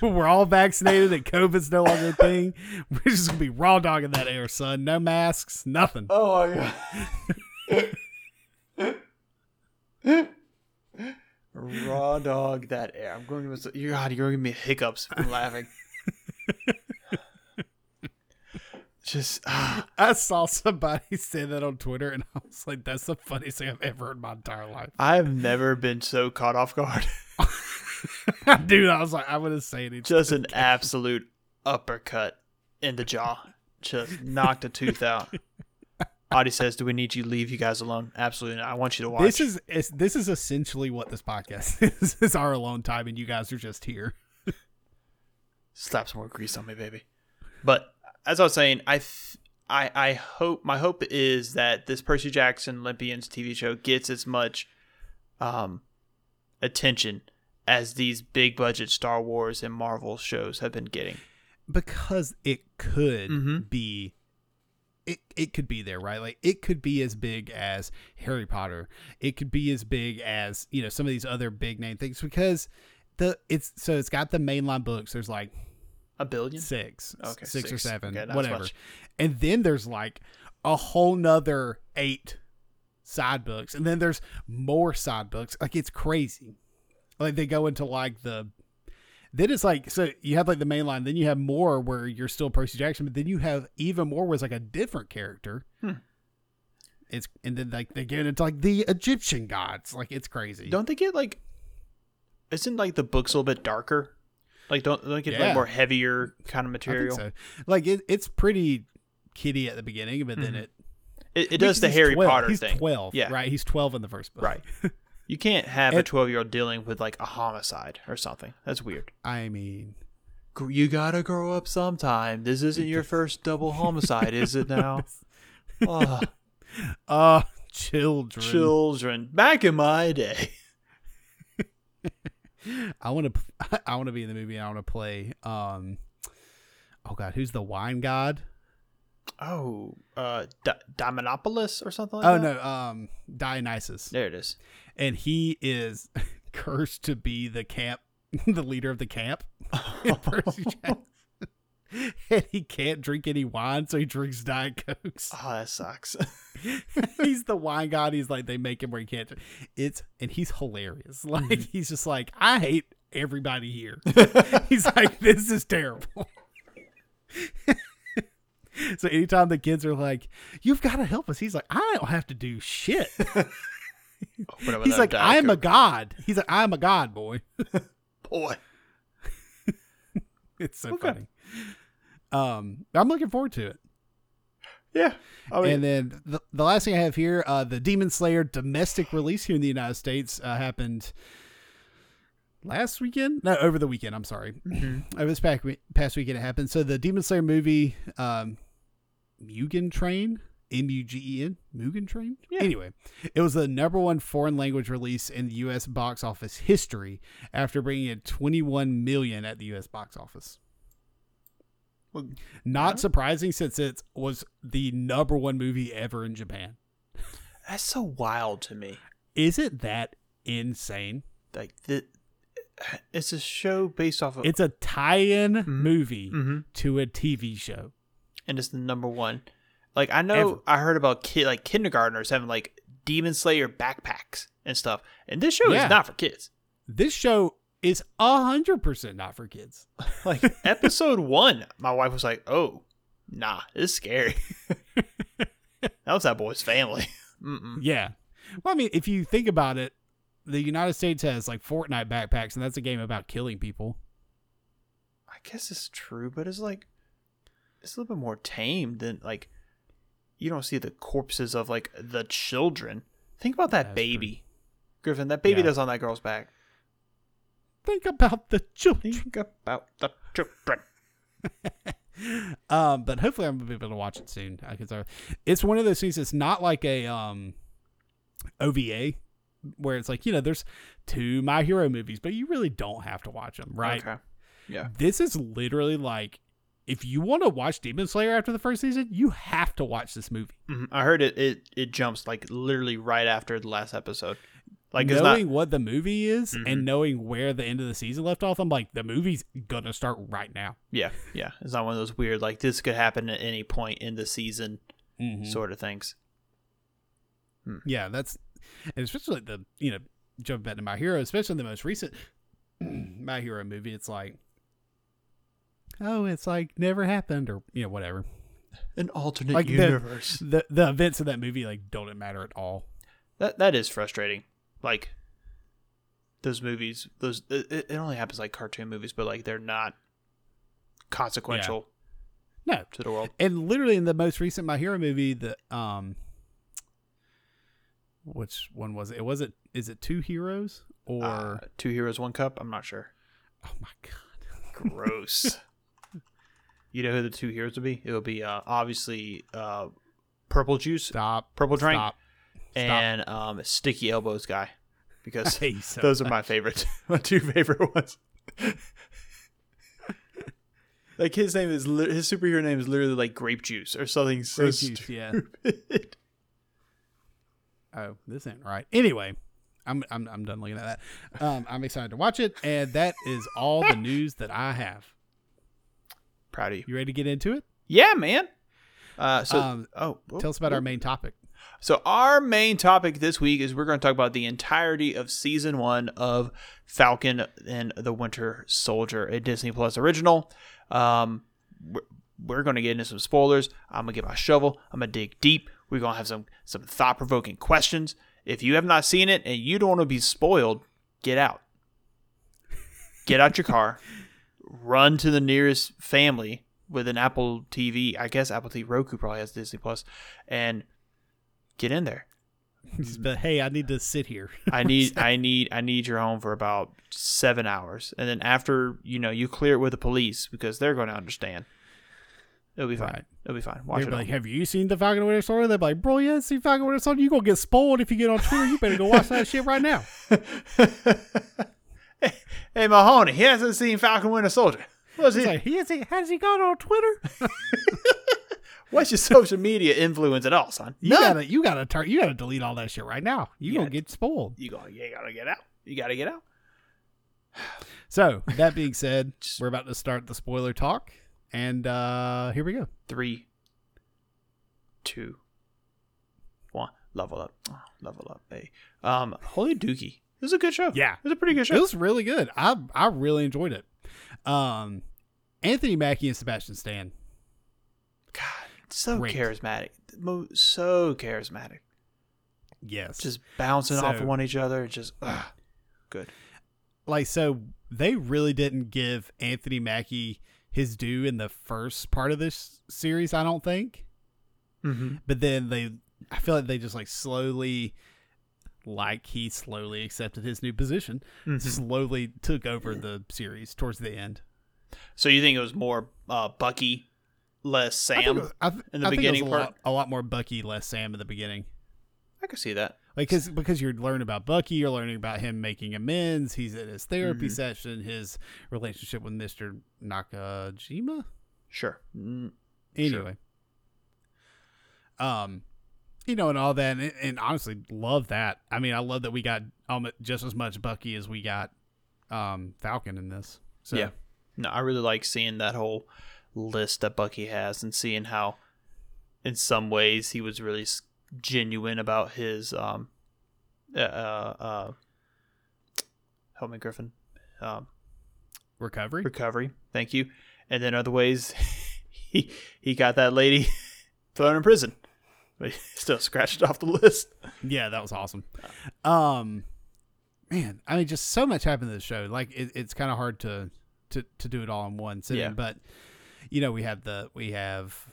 We're all vaccinated and COVID's no longer a thing. We're just gonna be raw dogging that air, son. No masks, nothing.
Oh my god. Raw dog that air. I'm going to you God, you're giving me hiccups from laughing. just ah,
I saw somebody say that on Twitter, and I was like, "That's the funniest thing I've ever heard in my entire life."
I've never been so caught off guard.
Dude, I was like, I'm gonna say it.
Just an absolute uppercut in the jaw. Just knocked a tooth out. Audie says, Do we need you? Leave you guys alone. Absolutely not. I want you to watch.
This is it's, this is essentially what this podcast is. It's our alone time, and you guys are just here.
Slap some more grease on me, baby. But as I was saying, I, th- I, I hope my hope is that this Percy Jackson Olympians TV show gets as much um, attention as these big budget Star Wars and Marvel shows have been getting.
because it could
Mhm.
be it, it could be there right like it could be as big as harry potter it could be as big as you know some of these other big name things because the it's so it's got the mainline books there's like
A billion.
six
Okay,
six, or
six.
seven
Okay, not as
whatever
much.
and then there's like a whole nother eight side books and then there's more side books like it's crazy like they go into like the then it's like so you have like the main line then you have more where you're still percy jackson but then you have even more where it's like a different character
Hmm.
it's and then like they get into like the egyptian gods like it's crazy
Don't they get like? Isn't like the books a little bit darker? Like don't don't they get
Yeah.
like more heavier kind of
I think
material.
so. like it, it's pretty kiddie at the beginning but then
Mhm.
it
It, it does the
because he's
Harry
12.
Potter
he's
thing.
12
Yeah.
right he's 12 in the first book
Right. You can't have a
And-
twelve year old dealing with like a homicide or something. That's weird.
i mean
Gr- You gotta grow up sometime. This isn't your first double homicide, is it now? Ah, Ugh,
uh children
children. Back in my day.
i want to i want to be in the movie and i want to play um oh god who's the wine god
Oh, uh, D- Diamanopolis or something like
oh no
that?
um dionysus
There it is.
and he is cursed to be the camp the leader of the camp in Percy Jackson. and he can't drink any wine so he drinks diet cokes
Oh, that sucks.
he's the wine god. He's like they make him where he can't. It's and he's hilarious. Like
Mm-hmm.
he's just like I hate everybody here. he's like this is terrible. so anytime the kids are like, "You've got to help us," he's like, "I don't have to do shit."
Whatever
He's
that
like,
Diet
"I am a
Coke-
god." He's like, "I am a god, boy."
boy.
It's so
Okay.
funny. Um, I'm looking forward to it.
Yeah. I mean,
and then the, the last thing I have here, uh, the Demon Slayer domestic release here in the United States uh, happened last weekend. No, over the weekend. I'm sorry.
mm-hmm.
Over this past, we- past weekend it happened. So the Demon Slayer movie, um, Mugen Train, M U G E N, Mugen Train.
Yeah.
Anyway, it was the number one foreign language release in the U.S. box office history after bringing in 21 million at the U.S. box office.
well,
Not surprising since it was the number one movie ever in Japan.
that's so wild to me.
Isn't that insane?
Like, the, it's a show based off of.
It's a tie-in movie
Mhm.
to a TV show.
and it's the number one. Like I know
Ever.
I heard about kid like kindergartners having like Demon Slayer backpacks and stuff, and this show
Yeah.
is not for kids.
This show is hundred percent not for kids.
Like episode one, my wife was like, "Oh, nah, this is scary." that was that boy's family. Mm-mm.
Yeah. Well, I mean, if you think about it, the United States has like Fortnite backpacks, and that's a game about killing people.
I guess it's true, but it's like it's a little bit more tame than like you don't see the corpses of like the children. Think about that
That's true.
baby, Griffin. That baby
Yeah.
that's on that girl's back.
Think about the children.
Think about the children.
um, but hopefully I'm gonna be able to watch it soon because it's one of those things. It's not like a um, OVA where it's like you know there's two My Hero movies, but you really don't have to watch them, right?
Okay. Yeah.
This is literally like if you want to watch Demon Slayer after the first season, you have to watch this movie.
hmm I heard it, it it jumps like literally right after the last episode. Like it's
knowing
not
what the movie is
Mhm.
and knowing where the end of the season left off, I'm like the movie's gonna start right now.
yeah, yeah. It's not one of those weird like this could happen at any point in the season
Mhm.
sort of things.
Yeah, that's and especially the you know jump back to My Hero, especially the most recent My Hero movie. It's like, oh, it's like never happened or you know whatever.
An alternate
Like the-
universe.
The the events of that movie like don't matter at all.
That that is frustrating. Like those movies, those it, it it only happens like cartoon movies, but like they're not consequential
No,
to the world.
and literally in the most recent My Hero movie, the um, which one was it? It wasn't. Is it Two Heroes or
Uh, two heroes, one cup. I'm not sure.
oh my god,
Gross. You know who the two heroes would be? It would be uh, obviously uh, Purple Juice
Stop.
Purple Drink
Stop.
and um, Sticky Elbows guy because
Hey, so-
those are my favorites. my two favorite ones. like his name is li- his superhero name is literally like Grape Juice or something so
Grape juice, yeah.
stupid.
Oh, this ain't right. Anyway, I'm I'm I'm done looking at that. Um, I'm excited to watch it, and that is all the news that I have.
Proud of you.
You ready to get into it?
Yeah, man. Uh, so
Um,
oh, whoa.
Tell us about our main topic.
So our main topic this week is we're going to talk about the entirety of season one of Falcon and the Winter Soldier, a Disney Plus original. Um, we're, we're going to get into some spoilers. I'm gonna get my shovel. I'm gonna dig deep. We're gonna have some some thought provoking questions. If you have not seen it and you don't want to be spoiled, get out. Get out your car. Run to the nearest family with an Apple TV. I guess Apple TV Roku probably has Disney Plus, and get in there.
but hey, I need to sit here.
I need I need I need your home for about seven hours, and then after you know you clear it with the police because they're going to understand. It'll be fine.
Right.
It'll be fine. Watch
They're
it. all.
like, have you seen the Falcon and Winter Soldier? They're like, bro, you haven't seen Falcon and Winter Soldier. You gonna get spoiled if you get on Twitter. You better go watch that shit right now.
hey Mahoney, he hasn't seen Falcon Winter Soldier. What's
It's
his,
like, he has he has he got on Twitter?
what's your social media influence at all, son?
You
None.
gotta you gotta turn you gotta delete all that shit right now. You
Yeah.
gonna get spoiled.
you gotta you gotta get out. You gotta get out.
So that being said, we're about to start the spoiler talk, and uh here we go.
Three, two, one. Level up. Oh, level up. Hey, um, Holy Dookie. It was a good show.
Yeah.
it was a pretty good show.
It was really good. I I really enjoyed it. Um, Anthony Mackie and Sebastian Stan.
God, so
Great.
charismatic. Mo- So charismatic.
Yes,
Just bouncing off
So-
of one each other. Just ugh. good.
like so they really didn't give Anthony Mackie his due in the first part of this series. I don't think.
Mm-hmm.
but then they i feel like they just like slowly like he slowly accepted his new position slowly took over the series towards the end
So you think it was more uh, Bucky, less
I think it
Sam?
was- I th-
in the
I think it was
beginning
a lot, a lot more bucky less sam in the beginning
I could see that.
like cause, because you're learning about bucky you're learning about him making amends he's at his therapy
Mhm.
session his relationship with mr nakajima
Sure. Mm,
anyway um you know and all that and, and honestly love that i mean i love that we got um, just as much bucky as we got um falcon in this so
Yeah. No, I really like seeing that whole list that Bucky has and seeing how, in some ways, he was really s- genuine about his um, uh, uh, uh help me, Griffin, um,
recovery
recovery. Thank you. And then other ways, he he got that lady thrown in prison, but he still scratched it off the list.
yeah that was awesome
Uh.
um man i mean just so much happened to this show like it, it's kind of hard to to to do it all in one sitting
Yeah.
but you know we have the we have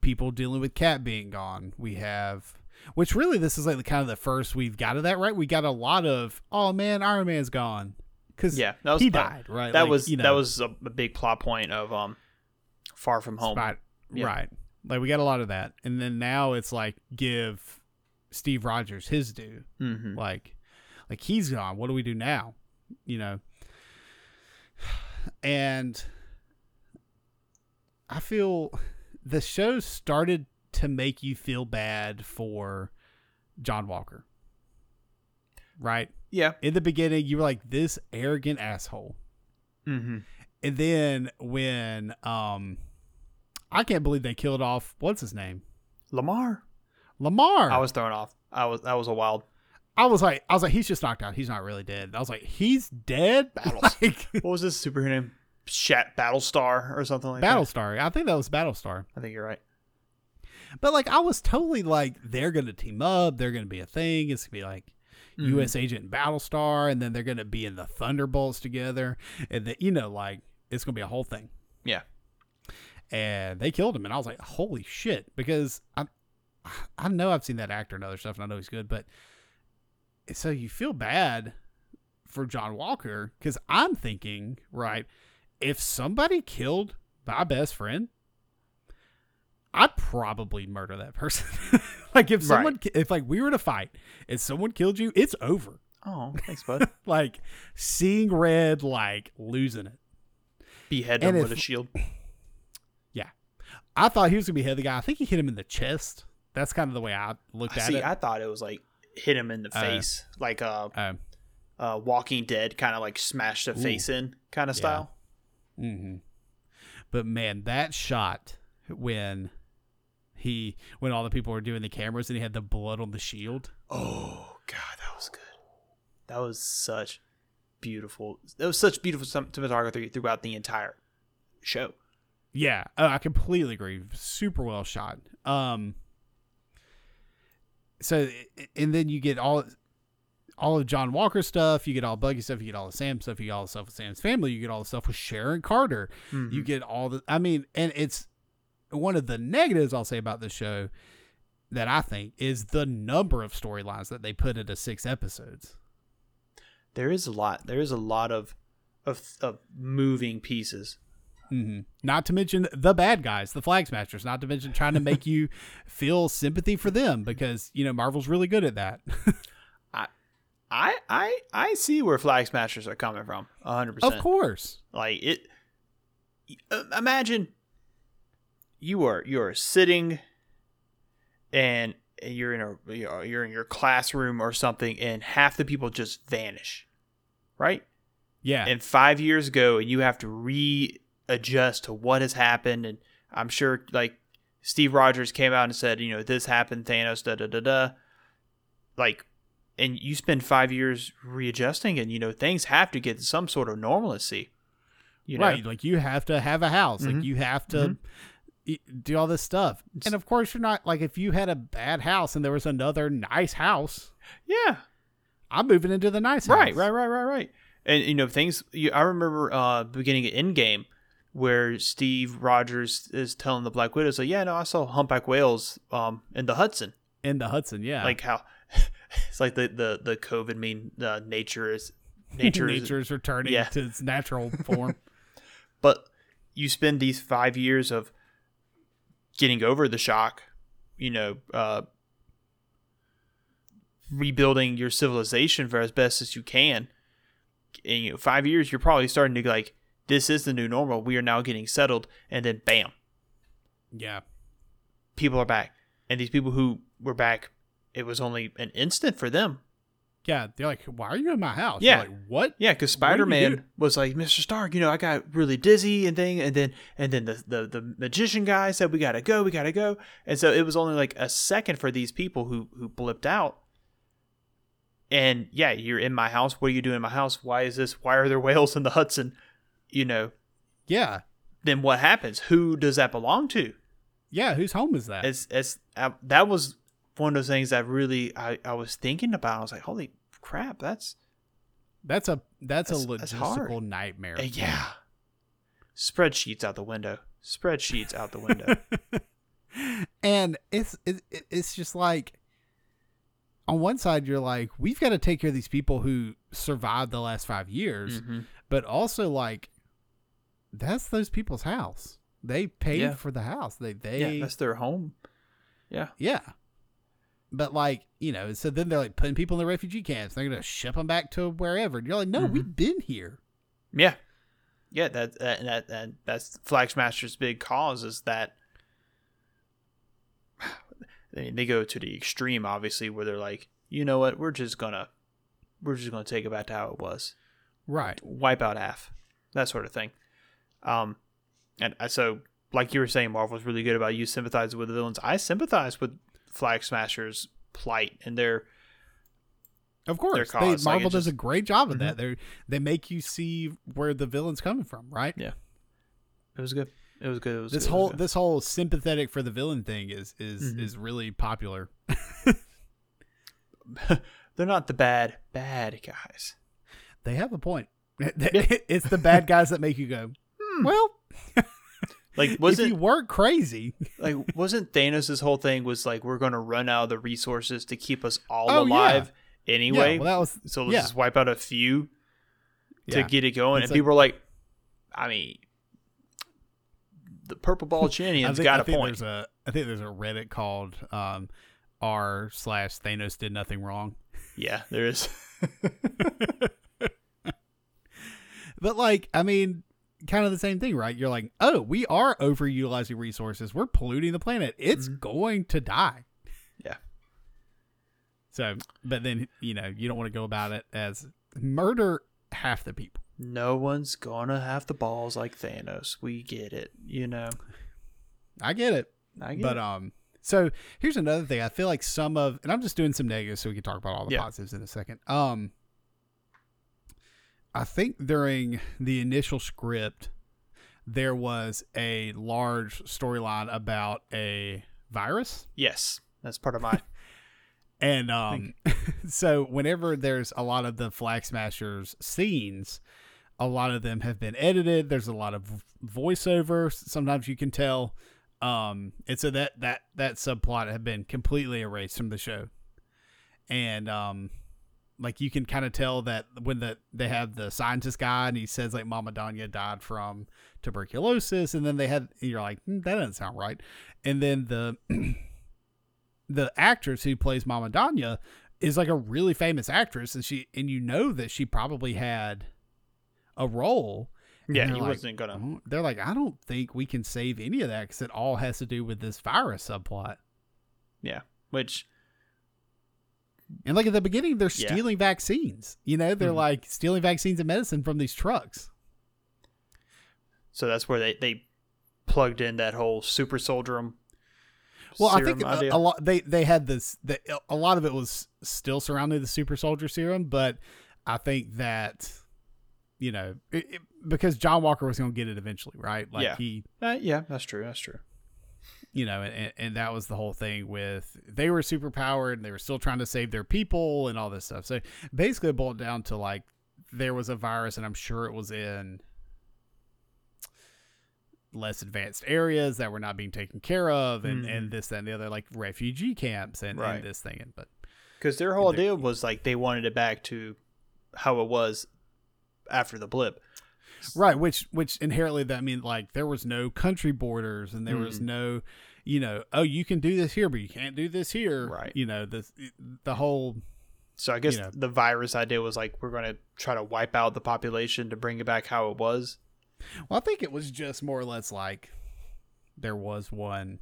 people dealing with cat being gone we have which really this is like the kind of the first we've got of that right we got a lot of oh man iron man's gone because
Yeah, that was
he
that-
died right
That
Like,
was
you know,
that was a, a big plot point of um, Far From Home.
Right.
Yeah.
Right. Like we got a lot of that. And then now it's like give Steve Rogers his due.
Mm-hmm.
Like like he's gone. What do we do now? You know. And I feel the show started to make you feel bad for John Walker. Right?
Yeah.
In the beginning, you were like this arrogant asshole.
Mm-hmm.
And then when um I can't believe they killed off what's his name?
Lamar.
Lamar.
I was thrown off. I was that was a wild
I was like I was like he's just knocked out. He's not really dead. And I was like he's dead.
Battles.
Like,
what was his superhero name? Shat Battlestar or something like that.
Battlestar. I think that was Battlestar.
I think you're right.
But like I was totally like they're going to team up. They're going to be a thing. It's going to be like
Mm-hmm.
U.S. Agent and Battlestar, and then they're going to be in the Thunderbolts together, and that you know like it's going to be a whole thing.
Yeah.
and they killed him and i was like holy shit because i i know i've seen that actor and other stuff and i know he's good but so you feel bad for john walker because i'm thinking right if somebody killed my best friend, I'd probably murder that person. like if
Right.
someone, ki- if like we were to fight and someone killed you, it's over.
Oh, thanks, bud.
Like seeing red, like losing it.
Behead
And
him with
if-
a shield.
I thought he was gonna be the head of the guy. I think he hit him in the chest. That's kind of the way I looked at
See,
it.
I thought it was like hit him in the
Uh,
face, like a,
um,
a uh, Walking Dead kind of like smash the face in kind of
Yeah.
style.
hmm But man, that shot when he when all the people were doing the cameras and he had the blood on the shield.
Oh God, that was good. That was such beautiful. That was such beautiful cin- cinematography throughout the entire show.
Yeah, uh, I completely agree. Super well shot. Um. So and then you get all all of John Walker stuff. You get all Buggy stuff. You get all the Sam stuff. You get all the stuff with Sam's family. You get all the stuff with Sharon Carter.
Mm-hmm.
you get all the i mean and it's one of the negatives i'll say about this show that i think is the number of storylines that they put into six episodes
there is a lot. There is a lot of of, of moving pieces.
mm-hmm. not to mention the bad guys the flag smashers not to mention trying to make you feel sympathy for them because you know marvel's really good at that
I I I see where flag smashers are coming from. a hundred
of
percent.
course
Like it. uh, Imagine you are you are sitting, and you're in a you know, you're in your classroom or something, and half the people just vanish, right?
yeah
And five years ago, and you have to readjust to what has happened. And I'm sure like Steve Rogers came out and said, you know, this happened, Thanos, da da da da. Like, and you spend five years readjusting, and you know things have to get some sort of normalcy. You know, Mm-hmm.
right like you have to have a house like
Mhm.
you have to y- do all this stuff and of course you're not like if you had a bad house and there was another nice house
yeah,
i'm moving into the nice
right,
house
right, right, right, right. And you know things. You, I remember uh beginning of Endgame where Steve Rogers is telling the Black Widow, so yeah, no, I saw humpback whales um in the Hudson.
in the hudson yeah
like how it's like the the the COVID mean uh, nature is nature, is,
nature's returning
yeah.
to its natural form.
but you spend these five years of getting over the shock, you know, uh, rebuilding your civilization for as best as you can. And you know, five years, you're probably starting to like, this is the new normal. We are now getting settled, and then bam,
yeah.
people are back, and these people who were back, it was only an instant for them.
Yeah. They're like, why are you in my house?
Yeah.
You're like, what?
Yeah, because
What do you
Spider
do?
Man was like, Mr. Stark, you know, I got really dizzy and thing, and then and then the, the the magician guy said, We gotta go, we gotta go. And so it was only like a second for these people who who blipped out. And yeah, you're in my house. What are you doing in my house? Why is this why are there whales in the Hudson? You know,
Yeah.
then what happens? Who does that belong to?
Yeah. Whose home is that?
It's it's I, that was one of those things that really I, I was thinking about. I was like, Holy crap, that's
that's a that's, a
That's- that's hard.
logistical nightmare.
Uh, yeah. Spreadsheets out the window. Spreadsheets out the window.
and it's it, it- it's just like on one side you're like we've got to take care of these people who survived the last 5 years,
Mm.
but also like that's those people's house. They paid
Yeah.
for the house. They they
Yeah, that's their home. Yeah.
Yeah. But like, you know, so then they're like putting people in the refugee camps. They're gonna ship them back to wherever. And you're like, no,
Mhm.
we've been here.
Yeah. Yeah, that that, that, that that's Flag Smasher's big cause is that I mean, they go to the extreme obviously where they're like, you know what, we're just gonna we're just gonna take it back to how it was.
Right.
wipe out half, that sort of thing. Um, and I- so, like you were saying, Marvel's really good about you sympathizing with the villains. I sympathize with Flag Smasher's plight and their
Of course. They,
cause, like, it
Marvel does
just-
a great job of that.
Mhm.
They they make you see where the villain's coming from, right?
Yeah. It was good. It was good. It was
This
good, it was
whole
good.
this whole sympathetic for the villain thing is is
Mhm.
is really popular.
they're not the bad bad guys.
They have a point. it's the bad guys that make you go, "Hmm,
Hmm.
well, if
Like
you
wasn't
weren't crazy.
like wasn't Thanos' whole thing was like we're gonna run out of the resources to keep us all
Oh, yeah.
alive anyway.
yeah, well, that was
so let's
yeah.
just wipe out a few to
yeah.
get it going.
It's
and
like-
people are like, I mean, the purple ball
I
Chinian's
think,
got
I
a
think
point.
There's a, I think there's a Reddit called um, r slash Thanos did nothing wrong.
yeah, there is.
But like, I mean, kind of the same thing, right? You're like, oh, we are overutilizing resources. We're polluting the planet. It's going to die.
Mm-hmm. Yeah.
So, but then you know you don't want to go about it as murder half the people.
No one's gonna have the balls like Thanos. We get it, you know.
I get it.
I get
but
it.
um so here's another thing i feel like some of and i'm just doing some negatives so we can talk about all the
Yeah.
positives in a second um i think during the initial script there was a large storyline about a virus
yes, that's part of my
and um so whenever there's a lot of the flag smashers scenes a lot of them have been edited there's a lot of v- voiceover sometimes you can tell um and so that that that subplot had been completely erased from the show and um like you can kind of tell that when the they have the scientist guy and he says like Mama Danya died from tuberculosis, and then they had you're like "Hmm, that doesn't sound right, and then the the actress who plays Mama Danya is like a really famous actress, and she and you know that she probably had a role. and
yeah.
they're
He
like,
wasn't gonna.
"Mm," They're like, I don't think we can save any of that because it all has to do with this virus subplot.
Yeah, which
And like at the beginning, they're
Yeah.
stealing vaccines. You know, they're
Mhm.
like stealing vaccines and medicine from these trucks.
so that's where they they plugged in that whole super soldier.
Well, I think
serum idea.
a, a lot they they had this. The, a lot of it was still surrounding the super soldier serum, but I think that you know it, it- because John Walker was going to get it eventually, right? Like
Yeah.
he,
Uh, yeah, that's true. That's true.
you know, and, and that was the whole thing with they were super powered and they were still trying to save their people and all this stuff. So basically, it boiled down to like there was a virus, and I'm sure it was in less advanced areas that were not being taken care of, and, and this, that, and the other, like refugee camps and,
Mm-hmm. Right.
and this thing. And, but
Because their whole
They're-
deal was like they wanted it back to how it was after the blip.
right, which which inherently that mean like there was no country borders, and there
Mm.
was no, you know, oh you can do this here, but you can't do this here.
Right.
You know the the whole
So I guess
You know.
the virus idea was like we're gonna try to wipe out the population to bring it back how it was.
Well, I think it was just more or less like there was one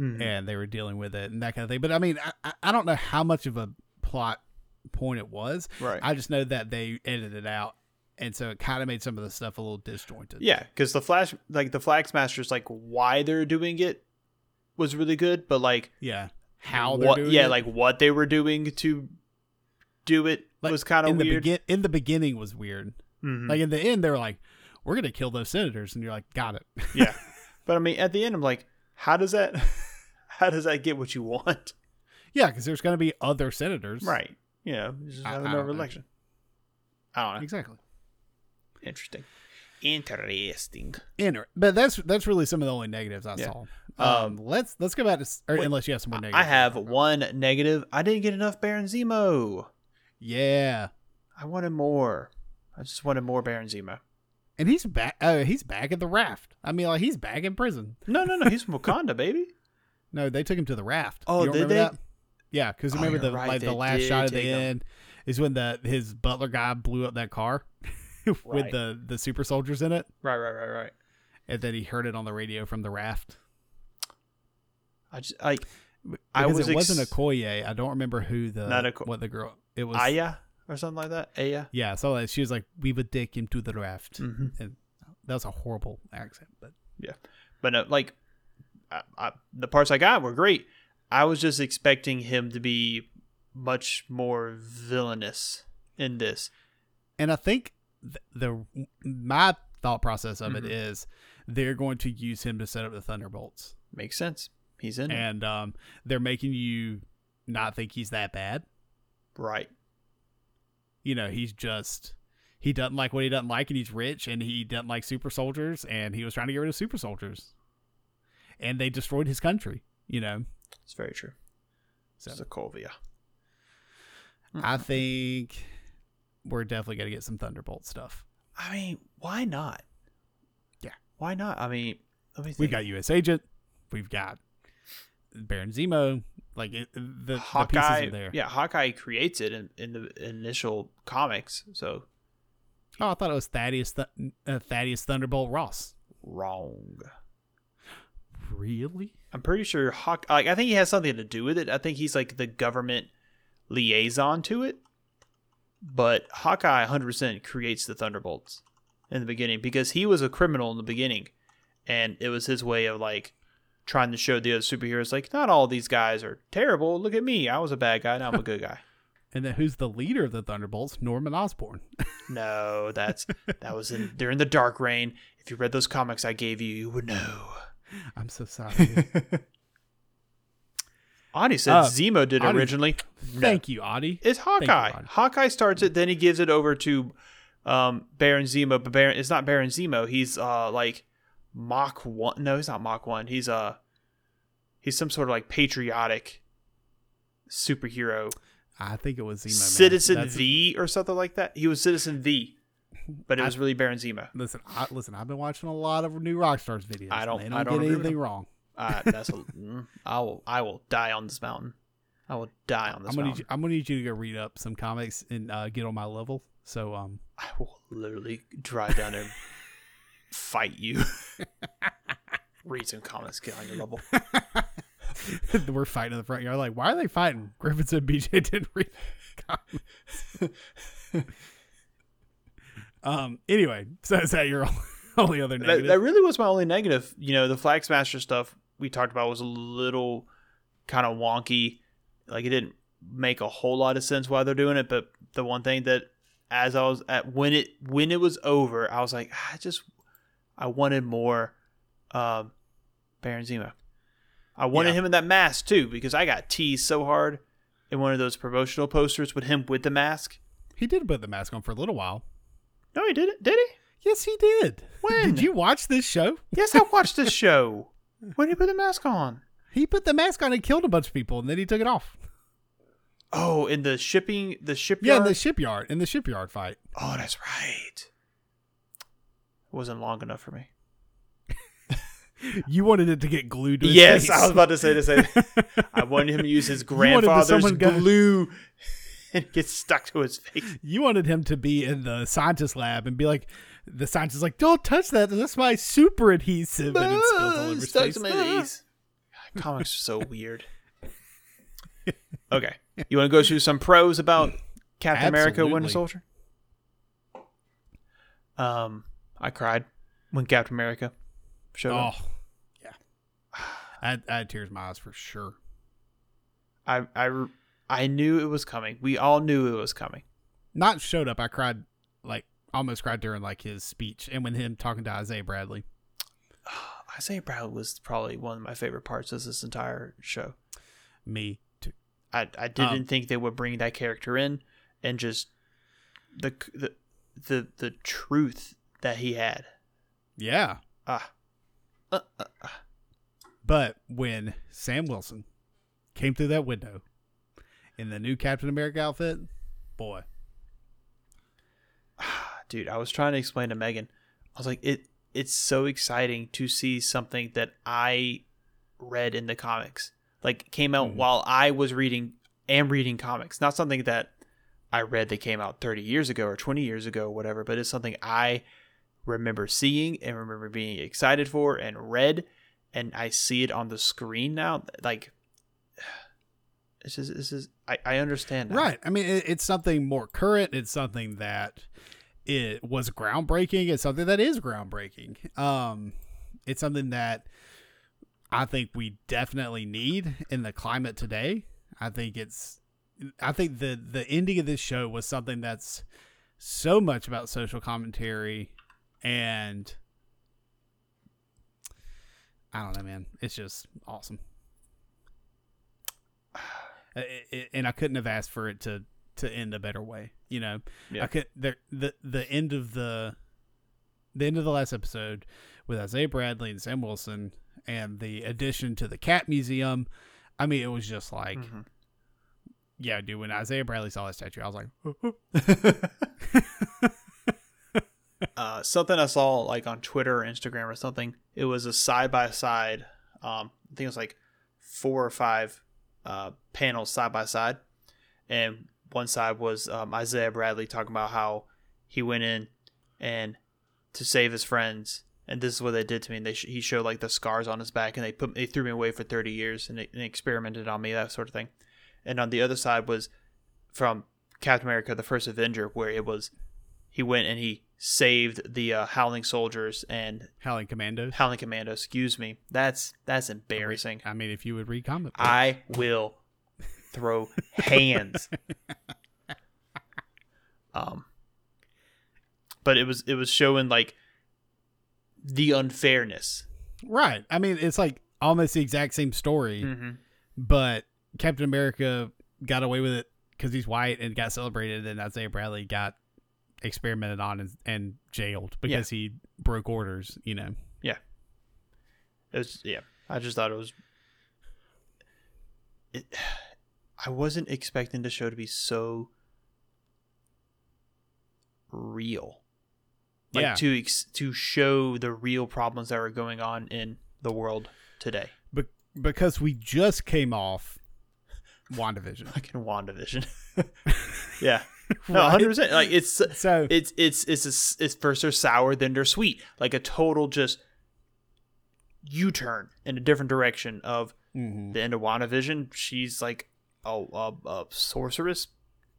Mm-hmm. Hmm.
and they were dealing with it and that kind of thing. But I mean, I- I, I don't know how much of a plot point it was.
Right.
I just know that they edited it out. And so it kind of made some of the stuff a little disjointed.
Yeah, because the flash, like the Flag Smashers, like why they're doing it was really good, but like
Yeah. How they're
what,
doing
yeah,
it.
like what they were doing to do it
Like,
was kind of
in the
weird.
begin in the beginning was weird.
Mhm.
Like in the end, they were like, "We're gonna kill those senators," and you're like, "Got it."
yeah, but I mean, at the end, I'm like, how does that, how does that get what you want?
yeah, because there's gonna be other senators,
Right. You know, just
I-
have
I
another
don't know.
election. I don't know.
Exactly.
Interesting. Interesting.
Inter- but that's that's really some of the only negatives I
Yeah.
saw. Um,
Um,
let's let's go back to s- or
wait,
unless you have some more negatives.
I have one negative. I didn't get enough Baron Zemo.
Yeah,
I wanted more. I just wanted more Baron Zemo.
and he's back. Oh, he's back at the raft. I mean, like he's back in prison.
No, no, no. He's from Wakanda, baby.
No, they took him to the raft.
Oh,
You don't
did
remember
they?
That? Yeah, because
Oh,
remember
you're
the
right,
like the
they
last
did
shot at the
take him.
end is when the his butler guy blew up that car with
Right.
the the super soldiers in it,
Right, right, right, right.
and then he heard it on the radio from the raft.
I just like I
Because
was
it
ex-
wasn't a Koye. I don't remember who the
Not a Ko-
what the girl. It was
Aya or something like that. Aya.
yeah. So like, she was like, "We would take him to the raft,"
Mhm.
and that was a horrible accent, but.
But no, like I, I, the parts I got were great. I was just expecting him to be much more villainous in this.
and I think th- the my thought process of it
Mhm.
is they're going to use him to set up the Thunderbolts,
Makes sense. He's in it.
and um, they're making you not think he's that bad.
right.
You know, he's just he doesn't like what he doesn't like, and he's rich, and he doesn't like super soldiers, and he was trying to get rid of super soldiers, and they destroyed his country. You know,
It's very true.
So-
Sokovia.
I think we're definitely going to get some Thunderbolt stuff.
I mean, why not?
Yeah.
Why not? I mean, Let me
We
think.
got U.S. Agent. We've got Baron Zemo. Like it, the, the pieces
Hawkeye.
are there.
Yeah, Hawkeye creates it in, in the initial comics. So
Oh, I thought it was Thaddeus Th- uh, Thaddeus Thunderbolt Ross.
wrong.
Really?
I'm pretty sure Hawk. Like, I think he has something to do with it. I think he's like the government liaison to it. But Hawkeye 100% creates the Thunderbolts in the beginning because he was a criminal in the beginning, and it was his way of like trying to show the other superheroes like not all these guys are terrible. Look at me, I was a bad guy, now I'm a good guy.
And then who's the leader of the Thunderbolts? Norman Osborn.
No, that's that was in they're in the Dark Rain. If you read those comics I gave you, you would know.
I'm so sorry. dude.
Adi said
Uh,
Zemo did
Adi-
originally.
Thank you, Mm-hmm. Audie.
It's Hawkeye.
Adi.
Hawkeye starts it, then he gives it over to um, Baron Zemo. But Baron, it's not Baron Zemo. He's uh like Mach One. No, he's not Mach One. He's uh he's some sort of like patriotic superhero,
I think it was Zemo. man.
Citizen
That's-
V or something like that. He was Citizen V, but it was really Baron Zemo.
Listen, I, listen. I've been watching a lot of new Rockstars videos.
I
and
don't-
They
I
don't
don't
get
agree with
anything
them.
wrong.
Uh, that's a, mm, I will I will die on this mountain. I will die on this
I'm gonna need you,
mountain.
I'm gonna need you to go read up some comics and uh, get on my level. So um,
I will literally drive down there and fight you. Read some comments, get on your level.
we're fighting in the front yard. Like, why are they fighting? Griffin said BJ didn't read. comics. um. Anyway, so is that your only other
That,
negative?
that really was my only negative. You know, the Flag Smasher stuff we talked about was a little kind of wonky. Like it didn't make a whole lot of sense why they're doing it, but the one thing that as I was at when it when it was over, I was like, I just I wanted more um Baron Zemo. I wanted
Yeah.
him in that mask too, because I got teased so hard in one of those promotional posters with him with the mask.
he did put the mask on for a little while.
No, he didn't, did he?
Yes, he did.
When?
did you watch this show?
Yes, I watched this show. When did he put the mask on?
He put the mask on and killed a bunch of people, and then he took it off.
Oh, in the shipping, the shipyard.
Yeah, in the shipyard, in the shipyard fight.
oh, that's right. It wasn't long enough for me.
You wanted it to get glued to his
yes,
face.
I was about to say the same. I wanted him to use his
You wanted that
grandfather's
someone got-
glue and get stuck to his face.
You wanted him to be in the scientist lab and be like, the scientist is like, don't touch that. That's my super adhesive. And it spills all over his
Stuck
face.
to my face. Ah. God, Comics are so weird. Okay, you want to go through some pros about Captain America: Winter
Absolutely.
Soldier? Um, I cried when Captain America showed up.
Oh, yeah. I, I had tears in my eyes for sure.
I, I, I knew it was coming. We all knew it was coming.
Not showed up. I cried, like, almost cried during, like, his speech and when him talking to Isaiah Bradley.
Isaiah Bradley was probably one of my favorite parts of this entire show.
Me, too.
I, I didn't
Um,
think they would bring that character in and just the the the, the truth that he had.
Yeah.
Ah,
But when Sam Wilson came through that window in the new Captain America outfit, boy,
dude, I was trying to explain to Megan. I was like, it it's so exciting to see something that I read in the comics. Like came out while I was reading am reading comics. Not something that I read that came out 30 years ago or 20 years ago or whatever, but it's something I remember seeing and remember being excited for and read and I see it on the screen now like this is this is I, I understand now.
Right. I mean, it, it's something more current. It's something that it was groundbreaking. It's something that is groundbreaking. Um, it's something that I think we definitely need in the climate today. I think it's, I think the the ending of this show was something that's so much about social commentary, and I don't know, man. It's just awesome. I- I and I couldn't have asked for it to to end a better way. You know,
Yeah.
I could there the the end of the the end of the last episode with Isaiah Bradley and Sam Wilson and the addition to the cat museum. I mean, it was just like,
Mhm.
yeah, dude. When Isaiah Bradley saw that statue, I was like,
uh, something I saw like on Twitter or Instagram or something. It was a side by side. Um, I think it was like four or five uh, panels side by side, and one side was um, Isaiah Bradley talking about how he went in and to save his friends, and this is what they did to me. And they sh- he showed like the scars on his back, and they put they threw me away for thirty years and, they- and experimented on me that sort of thing. And on the other side was from Captain America: The First Avenger, where it was he went and he saved the uh, Howling Soldiers and
Howling Commandos.
Howling Commando. Excuse me. That's that's embarrassing.
I mean, if you would read comic books.
I will throw hands. Um, but it was it was showing like the unfairness.
right. I mean, it's like almost the exact same story,
Mm-hmm.
but Captain America got away with it because he's white and got celebrated, and Isaiah Bradley got experimented on and, and jailed because he broke orders. You know,
It was yeah. I just thought it was. It, I wasn't expecting the show to be so real. Like
Yeah.
to ex- to show the real problems that are going on in the world today.
Be- because we just came off WandaVision,
Fucking WandaVision. yeah. No, hundred percent. Like it's
so
it's it's it's a s it's first they're sour, then they're sweet. Like a total just U turn in a different direction of
mhm.
the end of WandaVision, she's like a, a, a sorceress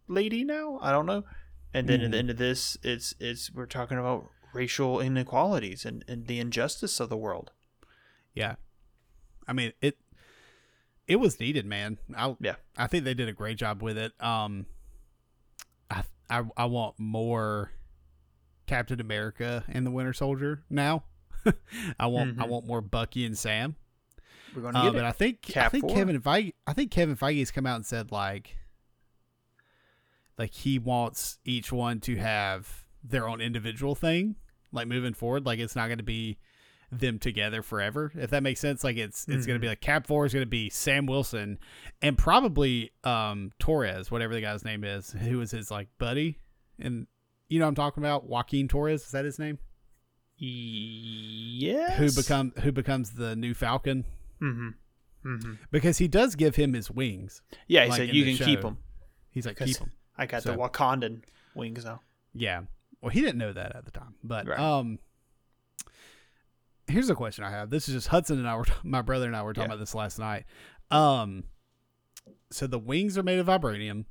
lady now. I don't know. And then at the end of this, it's it's we're talking about racial inequalities and, and the injustice of the world.
yeah, I mean it. It was needed, man. I
Yeah.
I think they did a great job with it. Um, I I I want more Captain America and the Winter Soldier now. I want I
Mhm.
want more Bucky and Sam.
We're gonna
Uh,
get
but
it.
I think I
Cap
think
four.
Kevin Feige I think Kevin Feige's come out and said like like he wants each one to have their own individual thing like moving forward like it's not going to be them together forever if that makes sense like it's it's going to be
Mm-hmm.
like Cap 4 is going to be Sam Wilson and probably um Torres whatever the guy's name is who was his like buddy and you know what I'm talking about Joaquin Torres is that his name
yes.
who become who becomes the new Falcon
hmm hmm
because he does give him his wings
Yeah, he
Like
said
in
you
the
can keep
show.
them.
He's like,
Because-
keep him.
I got
So-
the Wakandan wings now.
Yeah. Well, he didn't know that at the time, but
Right.
um, here's a question I have. This is just Hudson and I were, my brother and I were talking
Yeah.
about this last night. Um, so the wings are made of vibranium.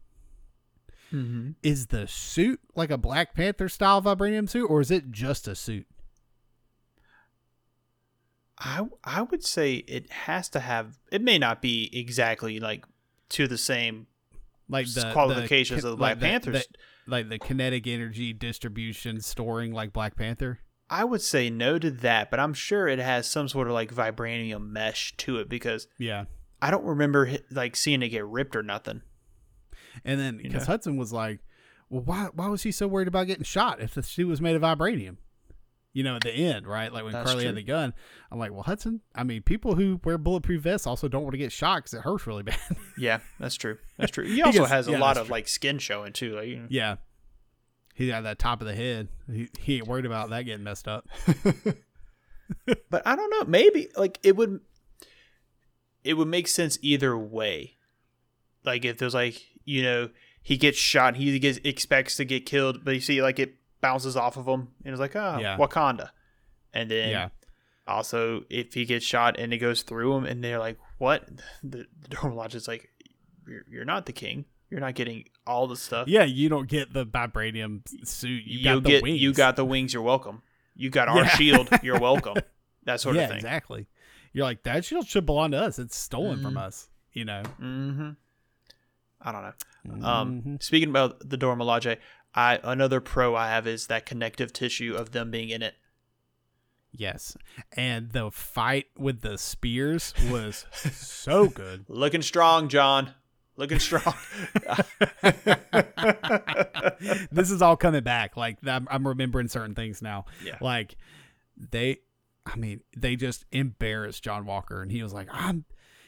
Mm-hmm.
Is the suit like a Black Panther style vibranium suit, or is it just a suit?
I I would say it has to have. It may not be exactly like to the same
Like the the
qualifications
kin-
of the
like
Black
the-
Panthers.
like the kinetic energy distribution storing like Black Panther.
I would say no to that, but I'm sure it has some sort of like vibranium mesh to it because
Yeah.
I don't remember hi- like seeing it get ripped or nothing.
And then
You
because
know.
Hudson was like, "Well, why why was he so worried about getting shot if the suit was made of vibranium?" You know, at the end, right? Like when
That's
Carly had
true.
the gun, I'm like, "Well, Hudson, I mean, people who wear bulletproof vests also don't want to get shot because it hurts really bad."
Yeah, that's true. That's true. He also
gets-
has a
yeah,
lot
that's
of
true.
like skin showing too. Like, you know.
yeah, he got that top of the head. He, he ain't worried about that getting messed up.
But I don't know. Maybe like it would. It would make sense either way. Like if there's like you know he gets shot, he gets expects to get killed, but you see like it bounces off of him and it's like ah
Yeah.
Wakanda, and then
yeah,
also if he gets shot and it goes through him and they're like what the, the dorm lodge is like you're, you're not the king you're not getting all the stuff
yeah. You don't get the vibranium s- suit. You
you
got the
get
wings.
you got the wings you're welcome you got our
Yeah.
shield you're welcome that sort
yeah,
of thing
exactly. You're like that shield should belong to us. It's stolen from
Mhm.
us. You know.
mm-hmm. i don't know um
Mhm.
speaking about the Dormilaje, i another pro i have is that connective tissue of them being in it
Yes. And the fight with the spears was so good.
looking strong john looking strong
this is all coming back. Like I'm, I'm remembering certain things now.
Yeah.
Like they, I mean, they just embarrassed John Walker, and he was like, "I'm,"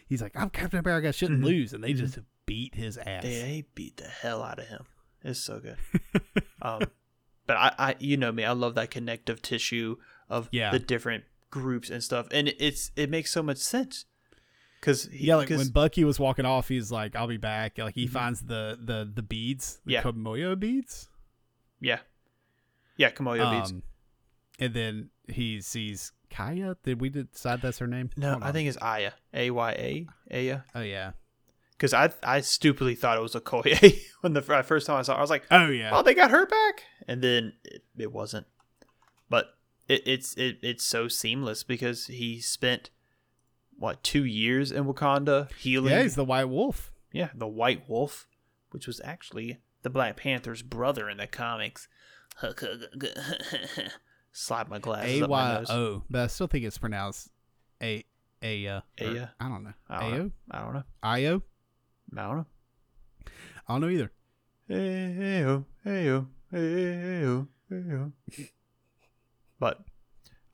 he's like, "I'm Captain America. I shouldn't
Mhm.
lose," and they just beat his ass.
Dude, they beat the hell out of him. It's so good. um, But I, I you know me, I love that connective tissue of
Yeah.
the different groups and stuff, and it's it makes so much sense. Because
Yeah, like when Bucky was walking off, he's like, "I'll be back." Like he finds the the the beads, the
Mm-hmm. Yeah.
Kamoyo beads.
yeah, yeah, Kamoyo beats.
Um, and then he sees Kaya. Did we decide that's her name?
No,
Hold
I
on.
think it's Aya, A Y A, Aya.
Oh yeah.
Because I I stupidly thought it was a Koye when the fir- first time I saw, it, I was like,
Oh yeah.
oh, they got her back, and then it, it wasn't. But it, it's it, it's so seamless because he spent what two years in Wakanda healing.
yeah, he's the White Wolf.
Yeah, the White Wolf, which was actually the Black Panther's brother in the comics. Slide my glasses
A
up my
Y
nose.
O, but I still think it's pronounced A A uh, or-
Aya?
I don't know.
I don't know.
Ao
I don't know.
Io.
I don't know.
I don't know either.
Hey, hey, oh, hey, oh, hey, hey, oh, hey, oh. But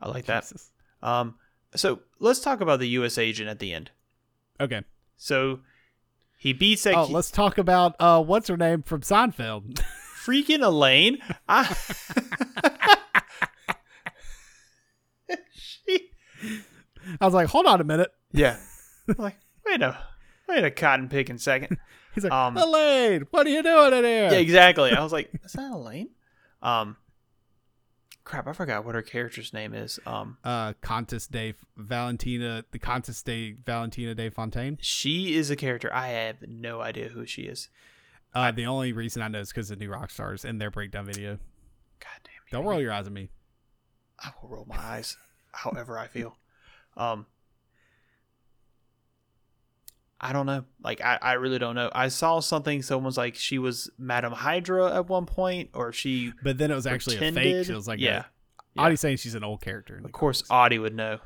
I like that.
Jesus.
Um, so let's talk about the U.S. agent at the end.
Okay.
So he beats that
Oh,
ki-
let's talk about uh, what's her name from Seinfeld.
freaking Elaine. I- she,
I was like, hold on a minute.
yeah. Like wait a wait a cotton picking second.
He's like,
Um,
Elaine, what are you doing in here?
Yeah, exactly. I was like, is that Elaine? Um, crap, I forgot what her character's name is. Um,
uh Contis de Valentina the Contis de Valentina de Fontaine.
She is a character. I have no idea who she is.
Uh the only reason I know is because of new rock stars and their breakdown video.
God damn
Don't roll your eyes at me.
it. I will roll my eyes however I feel. Um I don't know. Like I, I really don't know. I saw something someone's like she was Madame Hydra at one point or she
But then it was actually a fake.
pretended-
She was like
Yeah.
yeah.
yeah.
Audie's saying she's an old character. in the
Of course Audie would know.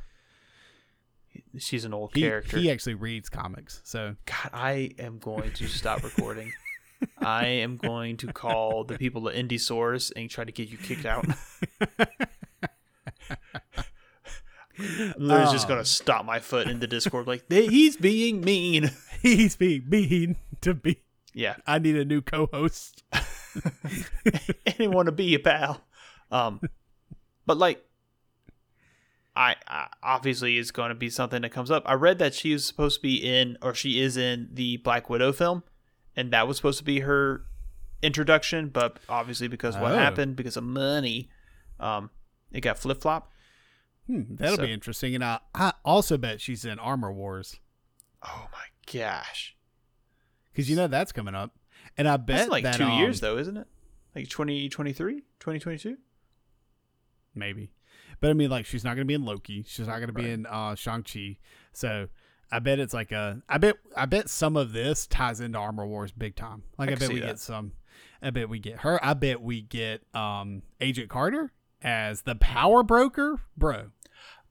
She's an old
comics. he,
character.
he actually reads comics. So
God, I am going to stop recording. I am going to call the people at Indie Source and try to get you kicked out. I'm literally just
Oh.
gonna stop my foot in the Discord, like "They- he's being mean.
he's being mean to be
Yeah,
I need a new co host.
anyone want to be a pal? Um, but like, I, I obviously it's going to be something that comes up. I read that she was supposed to be in, or she is in the Black Widow film, and that was supposed to be her introduction. But obviously, because what
Oh.
happened, because of money, um, it got flip flop.
Hmm, that'll
So-
be interesting. And I, I also bet she's in Armor Wars.
Oh my gosh,
Because you know that's coming up. And I bet
that's in, like
that,
two
um,
years though, isn't it? Like 2023, 2022?
maybe. But I mean, like, she's not going to be in Loki. She's not going to be
Right.
in uh, Shang Chi. So I bet it's like a. I bet I bet some of this ties into Armor Wars big time. Like
I
I,
can
bet
see
we
that.
get some. I bet we get her. I bet we get um Agent Carter as the power broker, bro.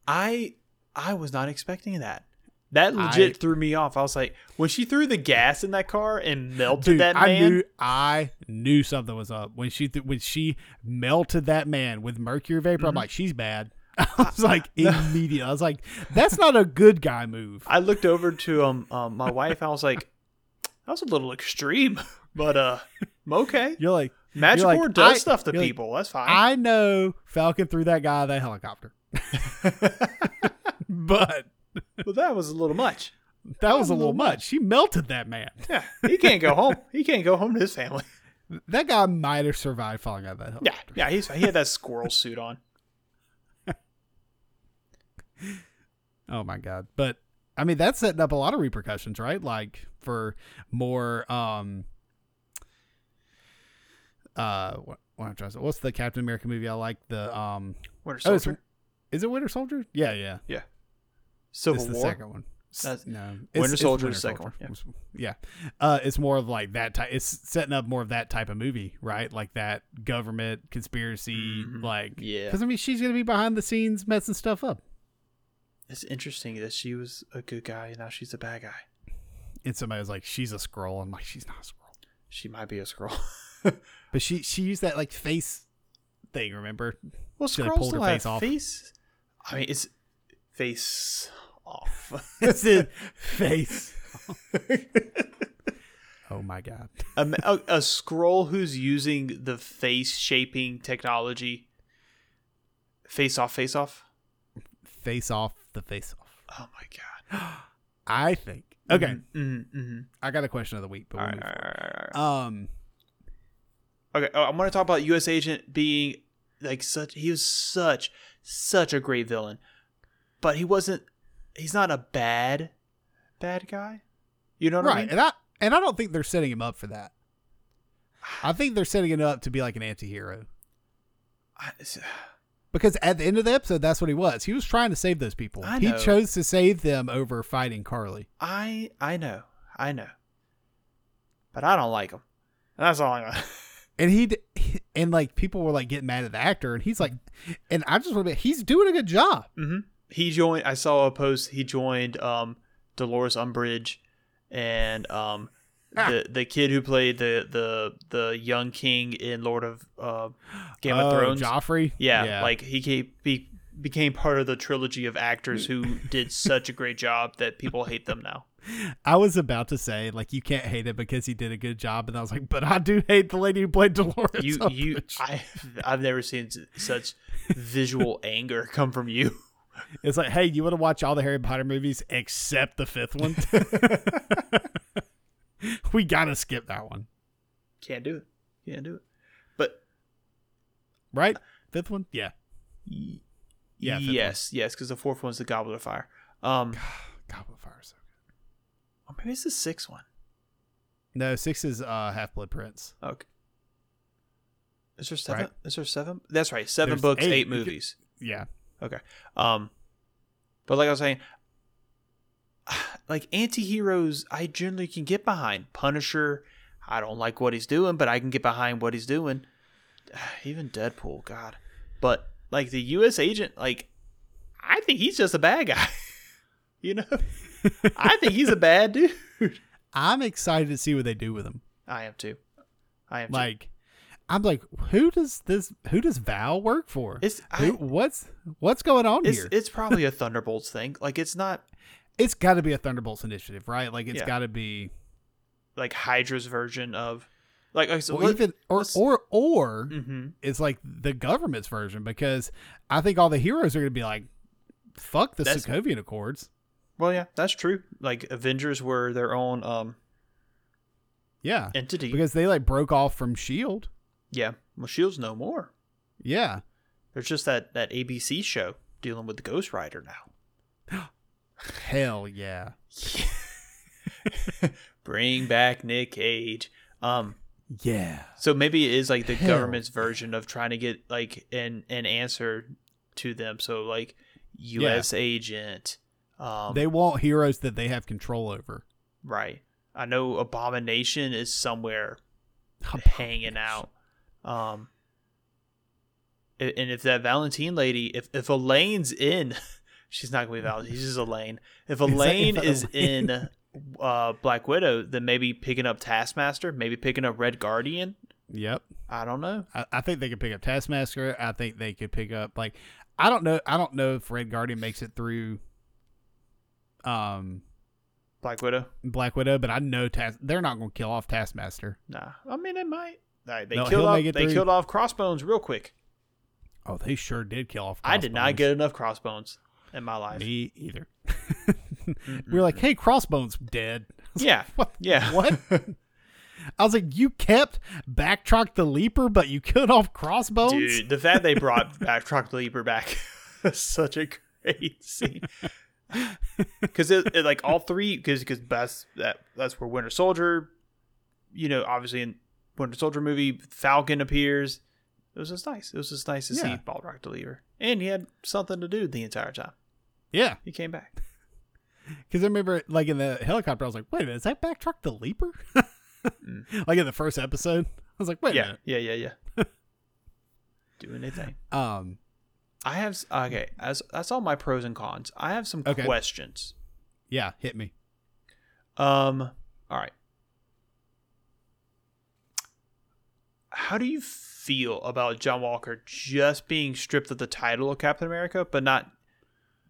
I I was not expecting that. That legit
I-
threw me off. I was like, when she threw the gas in that car and melted
Dude,
that
I
man.
knew I knew something was up when she th- when she melted that man with mercury vapor.
Mm-hmm.
I'm like, she's bad. I was like immediately. I was like, that's not a good guy move.
I looked over to um, um my wife. I was like, that was a little extreme, but uh, I'm okay.
You're like,
Magic
like,
Ward does
I-
stuff to
you're like,
people. That's fine.
I know Falcon threw that guy out of that helicopter, but
but that was a little much.
that was a little much. She melted that man.
Yeah, he can't go home. He can't go home to his family.
That guy might have survived falling out of that helicopter.
Yeah, yeah. He's he had that squirrel suit on.
Oh my god. But I mean that's setting up a lot of repercussions, right? Like for more um uh what, what I'm trying to say. What's the Captain America movie I like? The um
Winter
Oh, it's-
Soldier,
is it Winter Soldier? Yeah, yeah.
Civil
it's the
War.
second one. S-
That's-
no, it's,
Winter
it's
Soldier is the second
Soldier. Yeah, Uh, it's more of like that type. It's setting up more of that type of movie, right? Like that government conspiracy,
Mhm.
like
Yeah.
Because I mean, she's gonna be behind the scenes messing stuff up
It's interesting that she was a good guy and now she's a bad guy.
and somebody was like, "She's a scroll." I'm like, "She's not a scroll,"
She might be a scroll.
but she she used that like face thing. Remember?
Well,
She, like,
scrolls
pulled her
don't have
face off.
Face. I mean, it's face off.
It's in face. Oh my god.
a, a, a scroll who's using the face shaping technology. Face off, face off.
Face off the face off.
Oh my god.
I think. Okay,
Mhm, mhm.
I got a question of the week, but
All
we'll
right,
move-
all right, all right, all right.
um,
Okay, oh, I'm going to talk about U.S. Agent being like such. He was such, such a great villain, but he wasn't. He's not a bad, bad guy. You know what
right,
I mean?
and I and I don't think they're setting him up for that. I think they're setting it up to be like an anti-hero.
I, it's-
Because at the end of the episode, that's what he was. He was trying to save those people.
I
He
know.
chose to save them over fighting Carly.
I, I know, I know, but I don't like him. That's all I'm. Gonna...
And he, d- and like people were like getting mad at the actor, and he's like, and I just want to be, he's doing a good job.
hmm He joined. I saw a post. He joined um, Dolores Umbridge, and um, the the kid who played the the the young king in Lord of uh, Game of
Oh,
Thrones.
Joffrey.
Yeah, like he came, be, became part of the trilogy of actors who did such a great job that people hate them now.
I was about to say, like you can't hate it because he did a good job, and I was like, but I do hate the lady who played Dolores.
You, you,
Umbridge.
I, I've never seen s- such visual anger come from you.
it's like, hey, you want to watch all the Harry Potter movies except the fifth one? we gotta skip that one,
Can't do it. Can't do it. But
right? Fifth one, yeah.
y-
Yeah, fifth one.
yes, yes, because the fourth one's the Goblet of Fire. Um,
Goblet of Fire. is so good.
or maybe it's the sixth one.
No, six is uh, Half Blood Prince.
Okay. Is there seven?
Right.
Is there seven? That's right. Seven
There's
books,
eight.
eight,
It-
movies.
Yeah,
Okay. Um but like I was saying like anti-heroes I generally can get behind. Punisher, I don't like what he's doing, but I can get behind what he's doing. Even Deadpool, god. But like the US agent like I think he's just a bad guy. you know? I think he's a bad dude.
I'm excited to see what they do with him.
I am too. I am
Like, I'm like, who does this? Who does Val work for?
It's- I-
who, what's what's going on
too. It's
here?
it's probably a Thunderbolts thing. Like it's not
it's got to be a Thunderbolts initiative, right? Like, it's
Yeah.
got to be
like Hydra's version of like okay, so
or
let-
even or
let's-
or or
Mhm.
it's like the government's version because I think all the heroes are going to be like, fuck the
That's-
Sokovian Accords.
Well, yeah, that's true. Like Avengers were their own um
Yeah,
entity.
because they like broke off from Shield.
yeah, well, Shield's E no more.
E Yeah,
There's just that that ABC show dealing with the Ghost Rider now.
hell yeah.
Bring back Nick Cage. Um,
Yeah.
so maybe it is like the
Hell.
government's version of trying to get like an an answer to them. So like U.S. agent. Um,
they want heroes that they have control over.
right. I know Abomination is somewhere
Oh,
hanging out. Um, a- and if that Valentine lady, if if Elaine's in, she's not gonna be Valentine. She's just Elaine. If
like,
Elaine
if
is
Elaine-
in uh, Black Widow, then maybe picking up Taskmaster, maybe picking up Red Guardian.
Yep.
I don't know.
I, I think they could pick up Taskmaster. I think they could pick up like I don't know I don't know if Red Guardian makes it through um
Black Widow.
Black Widow, but I know Tas- they're not gonna kill off Taskmaster.
Nah. I mean, it might. Like, they
No,
killed
he'll
off.
make it
They
through.
killed off Crossbones real quick.
Oh, they sure did kill off
I did not
Crossbones.
get enough Crossbones in my life.
me either. we were like, hey, Crossbones dead. I was
Mm-hmm. Yeah.
like, what?
Yeah.
What? I was like, you kept Backtrack the Leaper, but you killed off Crossbones?
Dude, the fact they brought back Truck Leaper back is such a great scene. Because it, it, like all three, because because that's that that's where Winter Soldier, you know, obviously in Winter Soldier movie, Falcon appears. It was just nice. It was just nice to see
Yeah.
Bald Rock the Leaper, and he had something to do the entire time.
Yeah.
He came back.
Because I remember, like in the helicopter, I was like, "Wait a minute, is that Backtrack the Leaper?" Like in the first episode, I was like, "Wait a
Mm. Yeah,
minute."
yeah, yeah, yeah. Doing anything.
Um,
I have s- okay. As that's all my pros and cons. I have some
Okay.
questions.
yeah, hit me.
Um. All right. How do you feel about John Walker just being stripped of the title of Captain America, but not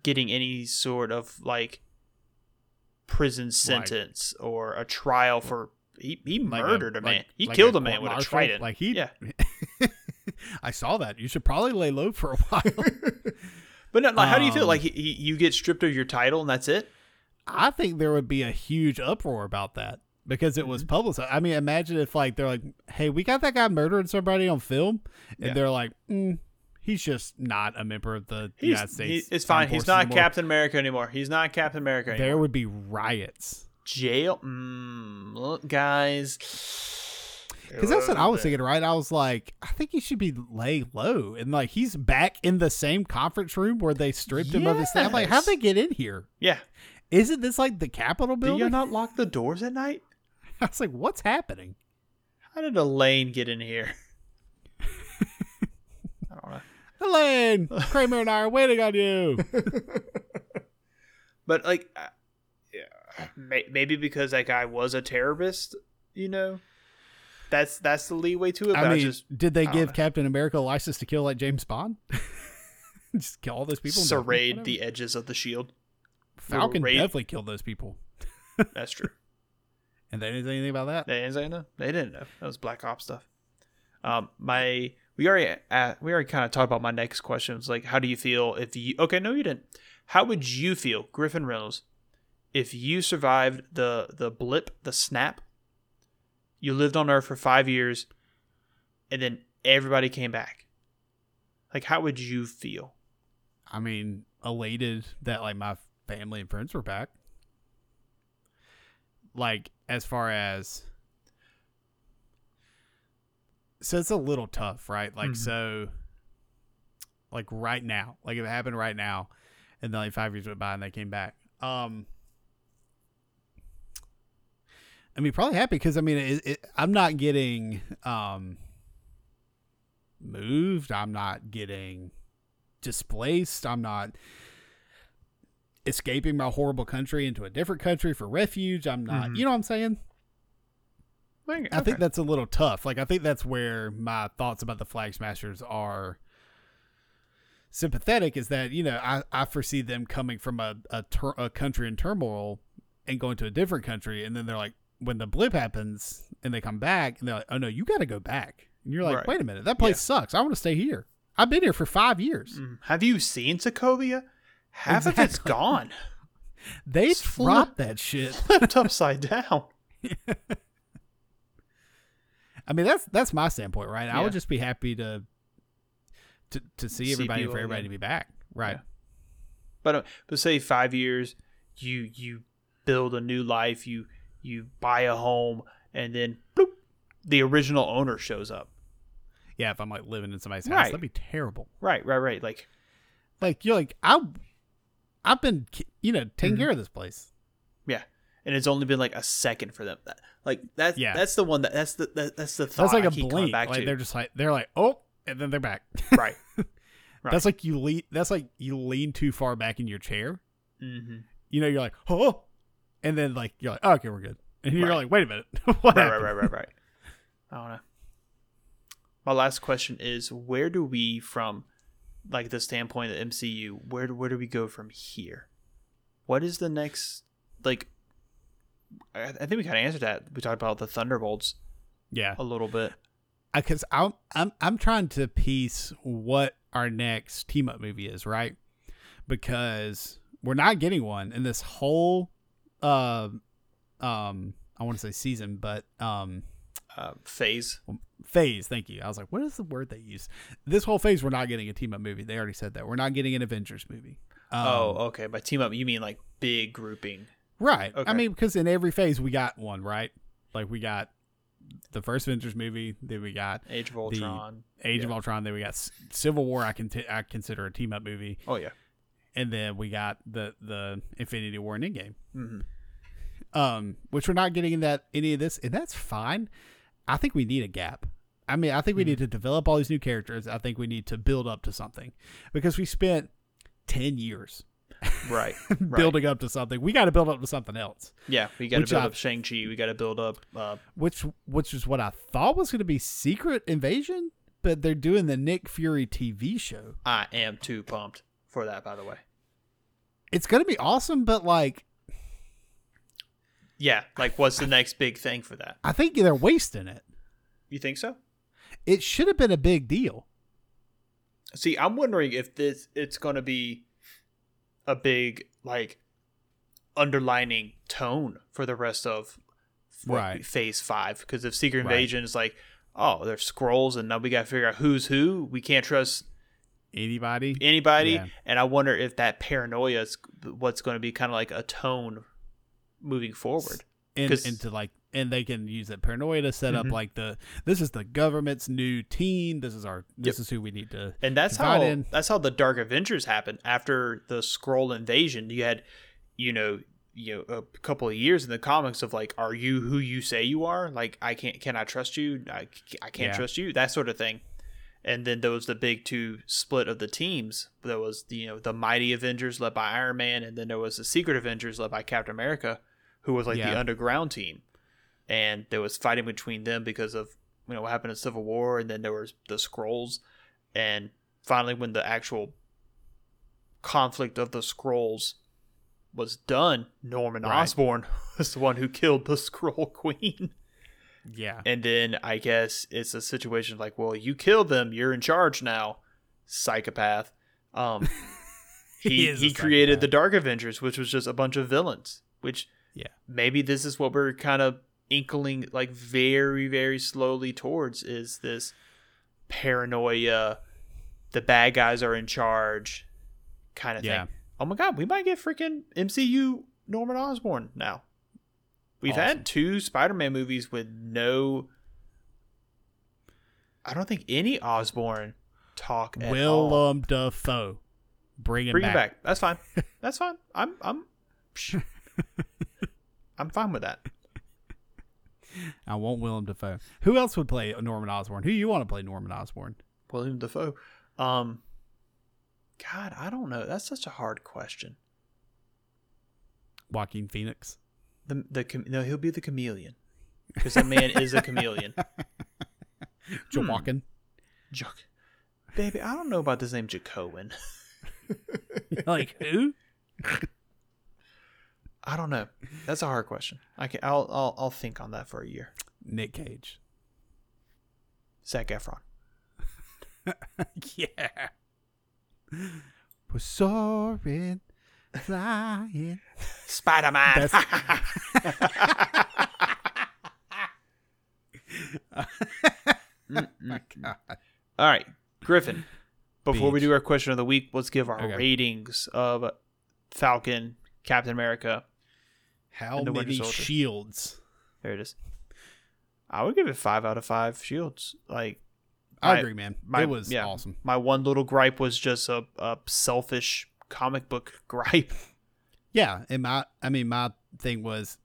getting any sort of like prison sentence or a trial for he, he
Like a-
murdered a,
like-
man. he
like
killed a man with a
court-martial?
trident.
Like he,
yeah.
I saw that. You should probably lay low for a while.
But no, like, how do you feel?
Um,
Like he, he, you get stripped of your title and that's it?
I think there would be a huge uproar about that because it
Mm-hmm.
was publicized. I mean, imagine if like they're like, "Hey, we got that guy murdering somebody on film," and
Yeah.
they're like, mm, "He's just not a member of the
He's,
United
he-
States."
it's fine.
Armed
He's
Forces
not
anymore."
Captain America anymore. He's not Captain America anymore.
There would be riots
Jail, mm, look, guys.
because that's what I was thinking. Right? I was like, I think he should be lay low, and like he's back in the same conference room where they stripped him of his. Thing. I'm like, how
Yes.
would they get in here?
Yeah.
Isn't this like the Capitol
Do you
building?
not lock the doors at night?
I was like, what's happening?
How did Elaine get in here? I don't know.
Elaine, Kramer, and I are waiting on you.
But like, I- yeah, may- maybe because that guy was a terrorist, you know. That's that's the leeway to it. But I,
I mean,
just
did they
I don't
give
know.
Captain America a license to kill like James Bond? Just kill all those people. and be like,
serrate
"Whatever."
the edges of the shield.
Falcon
raid-
definitely killed those people,
That's true.
and they didn't say anything about that.
They didn't say no. They didn't know. That was Black Ops stuff. Um, my we already uh, we already kind of talked about my next question. It's like, how do you feel if you? Okay, no, you didn't. How would you feel, Griffin Reynolds, if you survived the the blip, the snap? You lived on Earth for five years, and then everybody came back. Like, how would you feel?
I mean, elated that like my family and friends were back. Like as far as so it's a little tough, right? Like
Mhm.
so like right now, like if it happened right now and then like five years went by and they came back. Um I mean probably happy because I mean it, it, I'm not getting um moved. I'm not getting displaced. I'm not escaping my horrible country into a different country for refuge. I'm not,
Mhm.
you know what I'm saying? I think that's a little tough. Like, I think that's where my thoughts about the Flag Smashers are sympathetic is that, you know, I, I foresee them coming from a, a, tur- a country in turmoil and going to a different country. And then they're like, when the blip happens and they come back and they're like, oh no, you got to go back. And you're like,
Right.
wait a minute, that place sucks. I want to stay here. I've been here for five years.
Mm. Have you seen Sokovia? Half of it's
Exactly.
gone,
They
Mm. It's full
dropped that shit.
flipped upside down.
I mean, that's that's my standpoint, right? I
Yeah.
would just be happy to to, to see
See
everybody
people
for everybody to
again.
be back, right?
But uh, but say five years, you you build a new life, you you buy a home, and then bloop, the original owner shows up.
Yeah, if I'm like living in somebody's
Right.
house, that'd be terrible.
Right, right, right. Like
Like you're like I, I've been ki- you know taking
Mm-hmm.
care of this place.
yeah, and it's only been like a second for them. That- Like that's
Yeah.
that's the one that that's the that, that's the thought
That's like
I
a
keep
blink.
coming back
Like
to.
they're just like they're like oh, and then they're back.
right. Right.
That's like you lean. That's like you lean too far back in your chair.
Mm-hmm.
You know, you're like oh, and then like you're like "Oh, okay, we're good, and you're
Right.
like wait a minute, what
right, right,
happened?
right, right, right. I don't know. My last question is: Where do we, from like the standpoint of the MCU, where do- where do we go from here? What is the next like? I, I think we kind of answered that. We talked about the Thunderbolts
Yeah,
a little bit.
because I'm I'm I'm trying to piece what our next team up movie is, right? Because we're not getting one in this whole, uh, um, I want to say season, but um,
Uh, phase.
phase. Thank you. I was like, what is the word they use? This whole phase, we're not getting a team up movie. They already said that we're not getting an Avengers movie. Um,
oh, okay. By team up, you mean like big grouping?
right.
okay.
I mean, because in every phase we got one, right? Like we got the first Avengers movie, then we got
Age of Ultron.
Age of
Yeah.
Ultron. Then we got C- Civil War. I can I consider a team up movie,
oh yeah.
and then we got the the Infinity War and Endgame,
hmm
um, which we're not getting in that any of this, and that's fine. I think we need a gap. I mean, I think we need to develop all these new characters. I think we need to build up to something because we spent ten years
Right. right.
building up to something. We got to build up to something else,
Yeah, we got to
Which uh,
build
I-
up Shang Chi. We got to build up. Uh,
which which is what I thought was going to be Secret Invasion, but they're doing the Nick Fury TV show.
I am too pumped for that. By the way.
It's going to be awesome, but like
Yeah, like what's the next big thing for that?
I think they're wasting it.
You think so?
It should have been a big deal.
See, I'm wondering if this it's going to be a big like underlining tone for the rest of what,
Right.
phase 5 because if secret
Right.
invasion is like, oh, there's scrolls and now we got to figure out who's who, we can't trust
Anybody?
anybody
Yeah.
and I wonder if that paranoia is what's going to be kind of like a tone moving forward.
and
'Cause-
into like and they can use that paranoia to set
Mhm.
up like the this is the government's new team this is our this is who we need to
And that's
Divide
how
in.
that's how the Dark Avengers happened after the Scroll invasion. You had, you know, you know, a couple of years in the comics of like, are you who you say you are? Like, I can't, can I trust you? I, I can't
Yeah.
trust you. That sort of thing. And then there was the big two split of the teams. There was the, you know the Mighty Avengers led by Iron Man, and then there was the Secret Avengers led by Captain America, who was like the
Yeah.
underground team. And there was fighting between them because of you know what happened in Civil War, and then there was the Scrolls, and finally when the actual conflict of the scrolls was done norman
Right.
osborn was the one who killed the scroll queen
yeah
and then i guess it's a situation like well you killed them you're in charge now psychopath um
He
he, he,
is a
created the
psychopath.
dark avengers which was just a bunch of villains which
Yeah.
maybe this is what we're kind of inkling like very very slowly towards is this paranoia the bad guys are in charge kind of
Yeah.
thing oh my god we might get freaking mcu norman osborn now we've
Awesome.
had two spider-man movies with no i don't think any osborn talk at all.
willem dafoe bring him
Bring
back.
it back. That's fine. That's fine. I'm I'm psh. I'm fine with that.
i want willem dafoe who else would play norman osborn who you want to play norman osborn
William Defoe. Um God, I don't know. That's such a hard question.
joaquin phoenix
The the chame- no, he'll be the chameleon. Because that man is a chameleon. Hmm.
joaquin
Joke. Baby, I don't know about this name Jacoin.
like who
I don't know. That's a hard question. I can I'll I'll, I'll think on that for a year.
nick cage
Zach Efron.
yeah we're soaring flying
Spider Man. All right, Griffin. Before we
Beach.
do our question of the week, let's give our
Okay.
ratings of Falcon, Captain America.
how
And the Winter
many
Soldier.
shields
There it is. I would give it five out of five shields. Like
I
My-
agree, man.
my-
it was
yeah.
awesome.
my one little gripe was just a, a selfish comic book gripe.
Yeah, and my I mean my thing was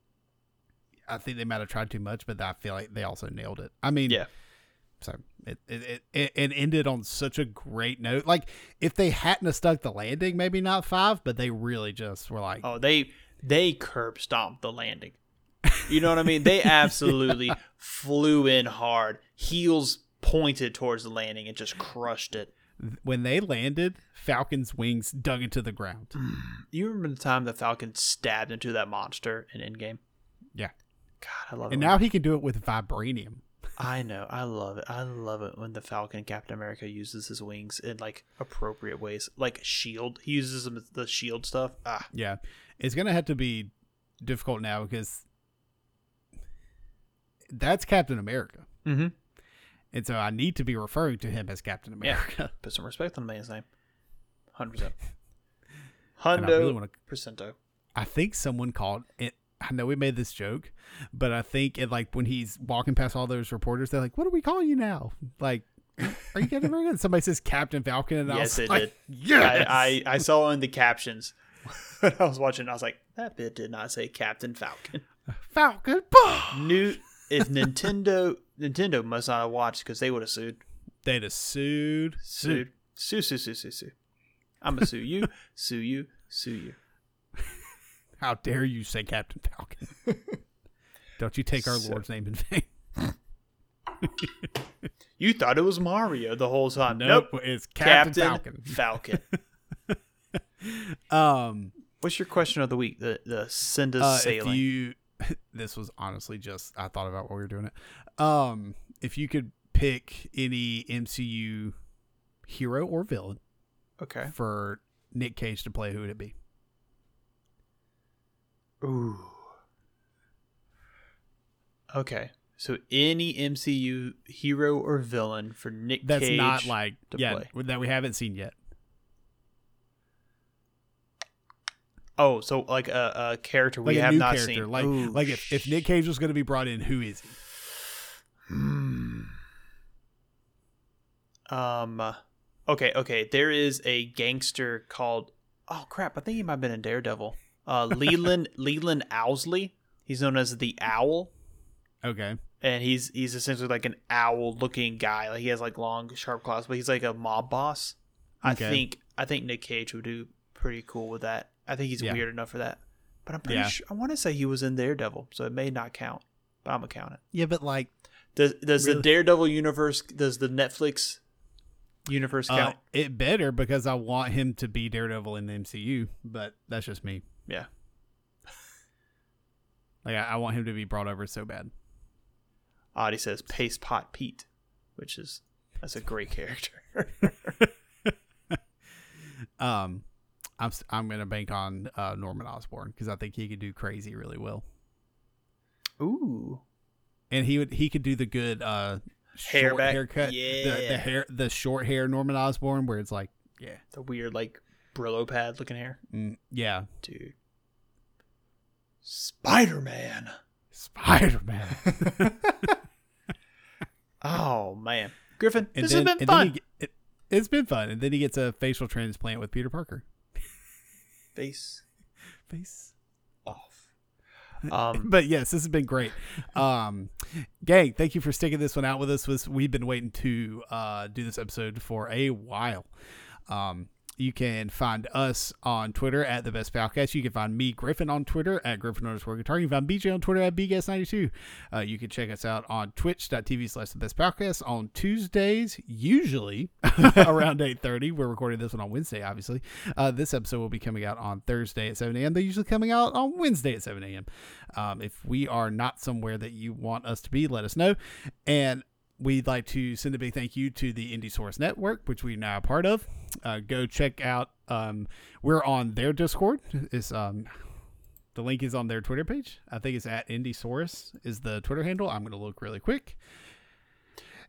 I think they might have tried too much, but I feel like they also nailed it. I mean,
Yeah.
So it it, it it it ended on such a great note. Like if they hadn't have stuck the landing, maybe not five, but they really just were like,
Oh, they they curb stomped the landing. You know what I mean? They absolutely flew in hard, heels pointed towards the landing, and just crushed it.
when they landed, Falcon's wings dug into the ground.
You remember the time the Falcon stabbed into that monster in Endgame?
Yeah,
God, I love it.
and
when-
now he can do it with vibranium.
I know, I love it. I love it when the Falcon Captain America uses his wings in like appropriate ways, like shield. He uses them as the shield stuff. Ah,
Yeah, it's gonna have to be difficult now because that's Captain America.
mm-hmm.
And so I need to be referring to him as Captain America.
Put some respect on the man's name. Hundred percent.
And I really
Hundo
wanna-
percento.
I think someone called it. I know we made this joke, but I think it like when he's walking past all those reporters, they're like, "What do we call you now?" Like, are you Captain America? And somebody says Captain Falcon, and I was
Yes, it
like,
did.
"Yes,
I, I I saw in the captions when I was watching. I was like, that bit did not say Captain Falcon.
Falcon." bah!"
New if Nintendo Nintendo must not have watched because they would have sued.
They'd have sued,
Sue, sue, sue, sue, sue, sue. I'm gonna sue you, sue you, sue you.
How dare you say Captain Falcon? Don't you take our
So-
Lord's name in vain?
You thought it was Mario the whole time. Nope.
it's Captain,
Captain,
Falcon.
Falcon.
Um,
What's your question of the week? The the send us
uh, if
sailing.
you this was honestly just I thought about while we were doing it. Um, if you could pick any MCU hero or villain
Okay.
for Nick Cage to play, who would it be?
Ooh. Okay. So any MCU hero or villain for Nick
That's
Cage.
not like
to
yeah
play.
that we haven't seen yet.
oh, so like a, a character
Like
we
a
have
new
not
character.
seen.
Like
Ooh,
like if, if Nick Cage was going to be brought in, who is he?
Hmm. Um. Okay. Okay. There is a gangster called. Oh crap! I think he might have been in Daredevil. Uh, Leland Leland Owsley. He's known as the Owl,
Okay,
and he's he's essentially like an owl-looking guy. Like he has like long, sharp claws, but he's like a mob boss. I
Okay.
think I think Nick Cage would do pretty cool with that. I think he's
Yeah.
weird enough for that. But I'm pretty
Yeah.
sure I want to say he was in Daredevil, so it may not count. But I'm gonna count it.
yeah, but like
Does does
Really?
the Daredevil universe? Does the Netflix universe
uh,
count?
it better because I want him to be Daredevil in the MCU, but that's just me.
yeah.
Like I, I want him to be brought over so bad.
Oddie says Paste Pot Pete, which is that's a great character.
Um, I'm s- I'm gonna bank on uh, Norman Osborn because I think he could do crazy really well,
Ooh.
and he would he could do the good uh
Hair
short
back-
haircut, the,
yeah.
the hair the short hair Norman Osborn where it's like yeah
The weird like Brillo pad looking hair,
mm, yeah
dude. Spider Man.
Spider Man.
Oh man, Griffin,
And
this
then,
has
and
been
then he
fun.
ge- it, it's been fun, and then he gets a facial transplant with Peter Parker.
Face
Face.
off. Um,
But yes, this has been great. Um, gang, thank you for sticking this one out with us. Was we've been waiting to uh, do this episode for a while. Um, you can find us on Twitter at the Best Podcast. You can find me Griffin on Twitter at Griffin underscore guitar. You can find BJ on Twitter at BGuest92. Uh, you can check us out on twitch.tv slash the best podcast on Tuesdays, usually around 8.30. We're recording this one on Wednesday, obviously. Uh, this episode will be coming out on Thursday at 7 a.m. They're usually coming out on Wednesday at 7 a.m. Um, if we are not somewhere that you want us to be, let us know. And we'd like to send a big thank you to the Indie Source Network, which we're now a part of. Uh, go check out. Um, we're on their Discord. It's um, the link is on their Twitter page. I think it's at Indie Source is the Twitter handle. I'm going to look really quick.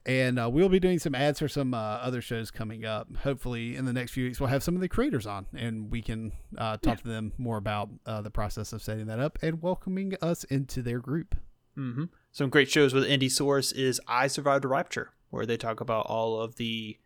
And uh, we'll be doing some ads for some uh, other shows coming up. Hopefully, in the next few weeks, we'll have some of the creators on, and we can uh, talk to them more about uh, the process of setting that up and welcoming us into their group.
hmm Some great shows with Indie Source is I Survived a Rapture, where they talk about all of the.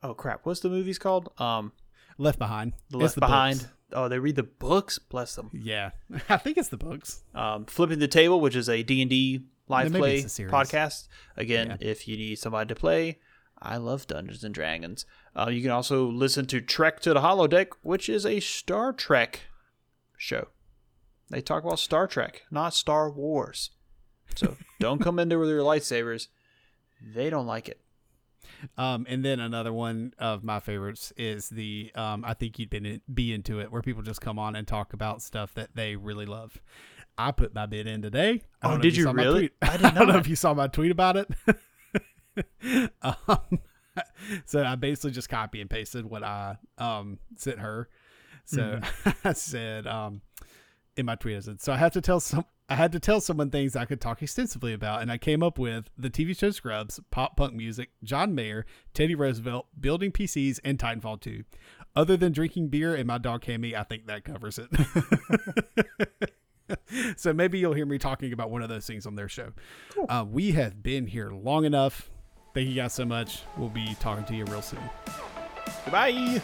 Oh crap! What's the movie's called? Um,
Left Behind.
The
It's
Left
the
Behind.
books.
Oh, they read the books. Bless them.
Yeah, I think it's the books.
Um, Flipping the Table, which is a D and D live
Then maybe
play
it's a series.
podcast. Again,
Yeah.
if you need somebody to play, I love Dungeons and Dragons. Uh, you can also listen to Trek to the Holodeck, which is a Star Trek show. They talk about Star Trek, not Star Wars. So don't come in there with your lightsabers. They don't like it.
Um, and then another one of my favorites is the um, I think you'd been in, be into it, where people just come on and talk about stuff that they really love. I put my bid in today. I
Oh,
don't know
did
if
you
saw my
really?
tweet.
I did
don't know
not.
if you saw my tweet about it. um, so I basically just copy and pasted what I um, sent her. So
Mm-hmm.
I said um, in my tweet, I said, "So I have to tell some." I had to tell someone things I could talk extensively about, and I came up with the TV show Scrubs, pop punk music, John Mayer, Teddy Roosevelt, building PCs, and Titanfall 2. Other than drinking beer and my dog Cammy, I think that covers it. so maybe you'll hear me talking about one of those things on their show. Uh, we have been here long enough. Thank you guys so much. We'll be talking to you real soon.
Goodbye.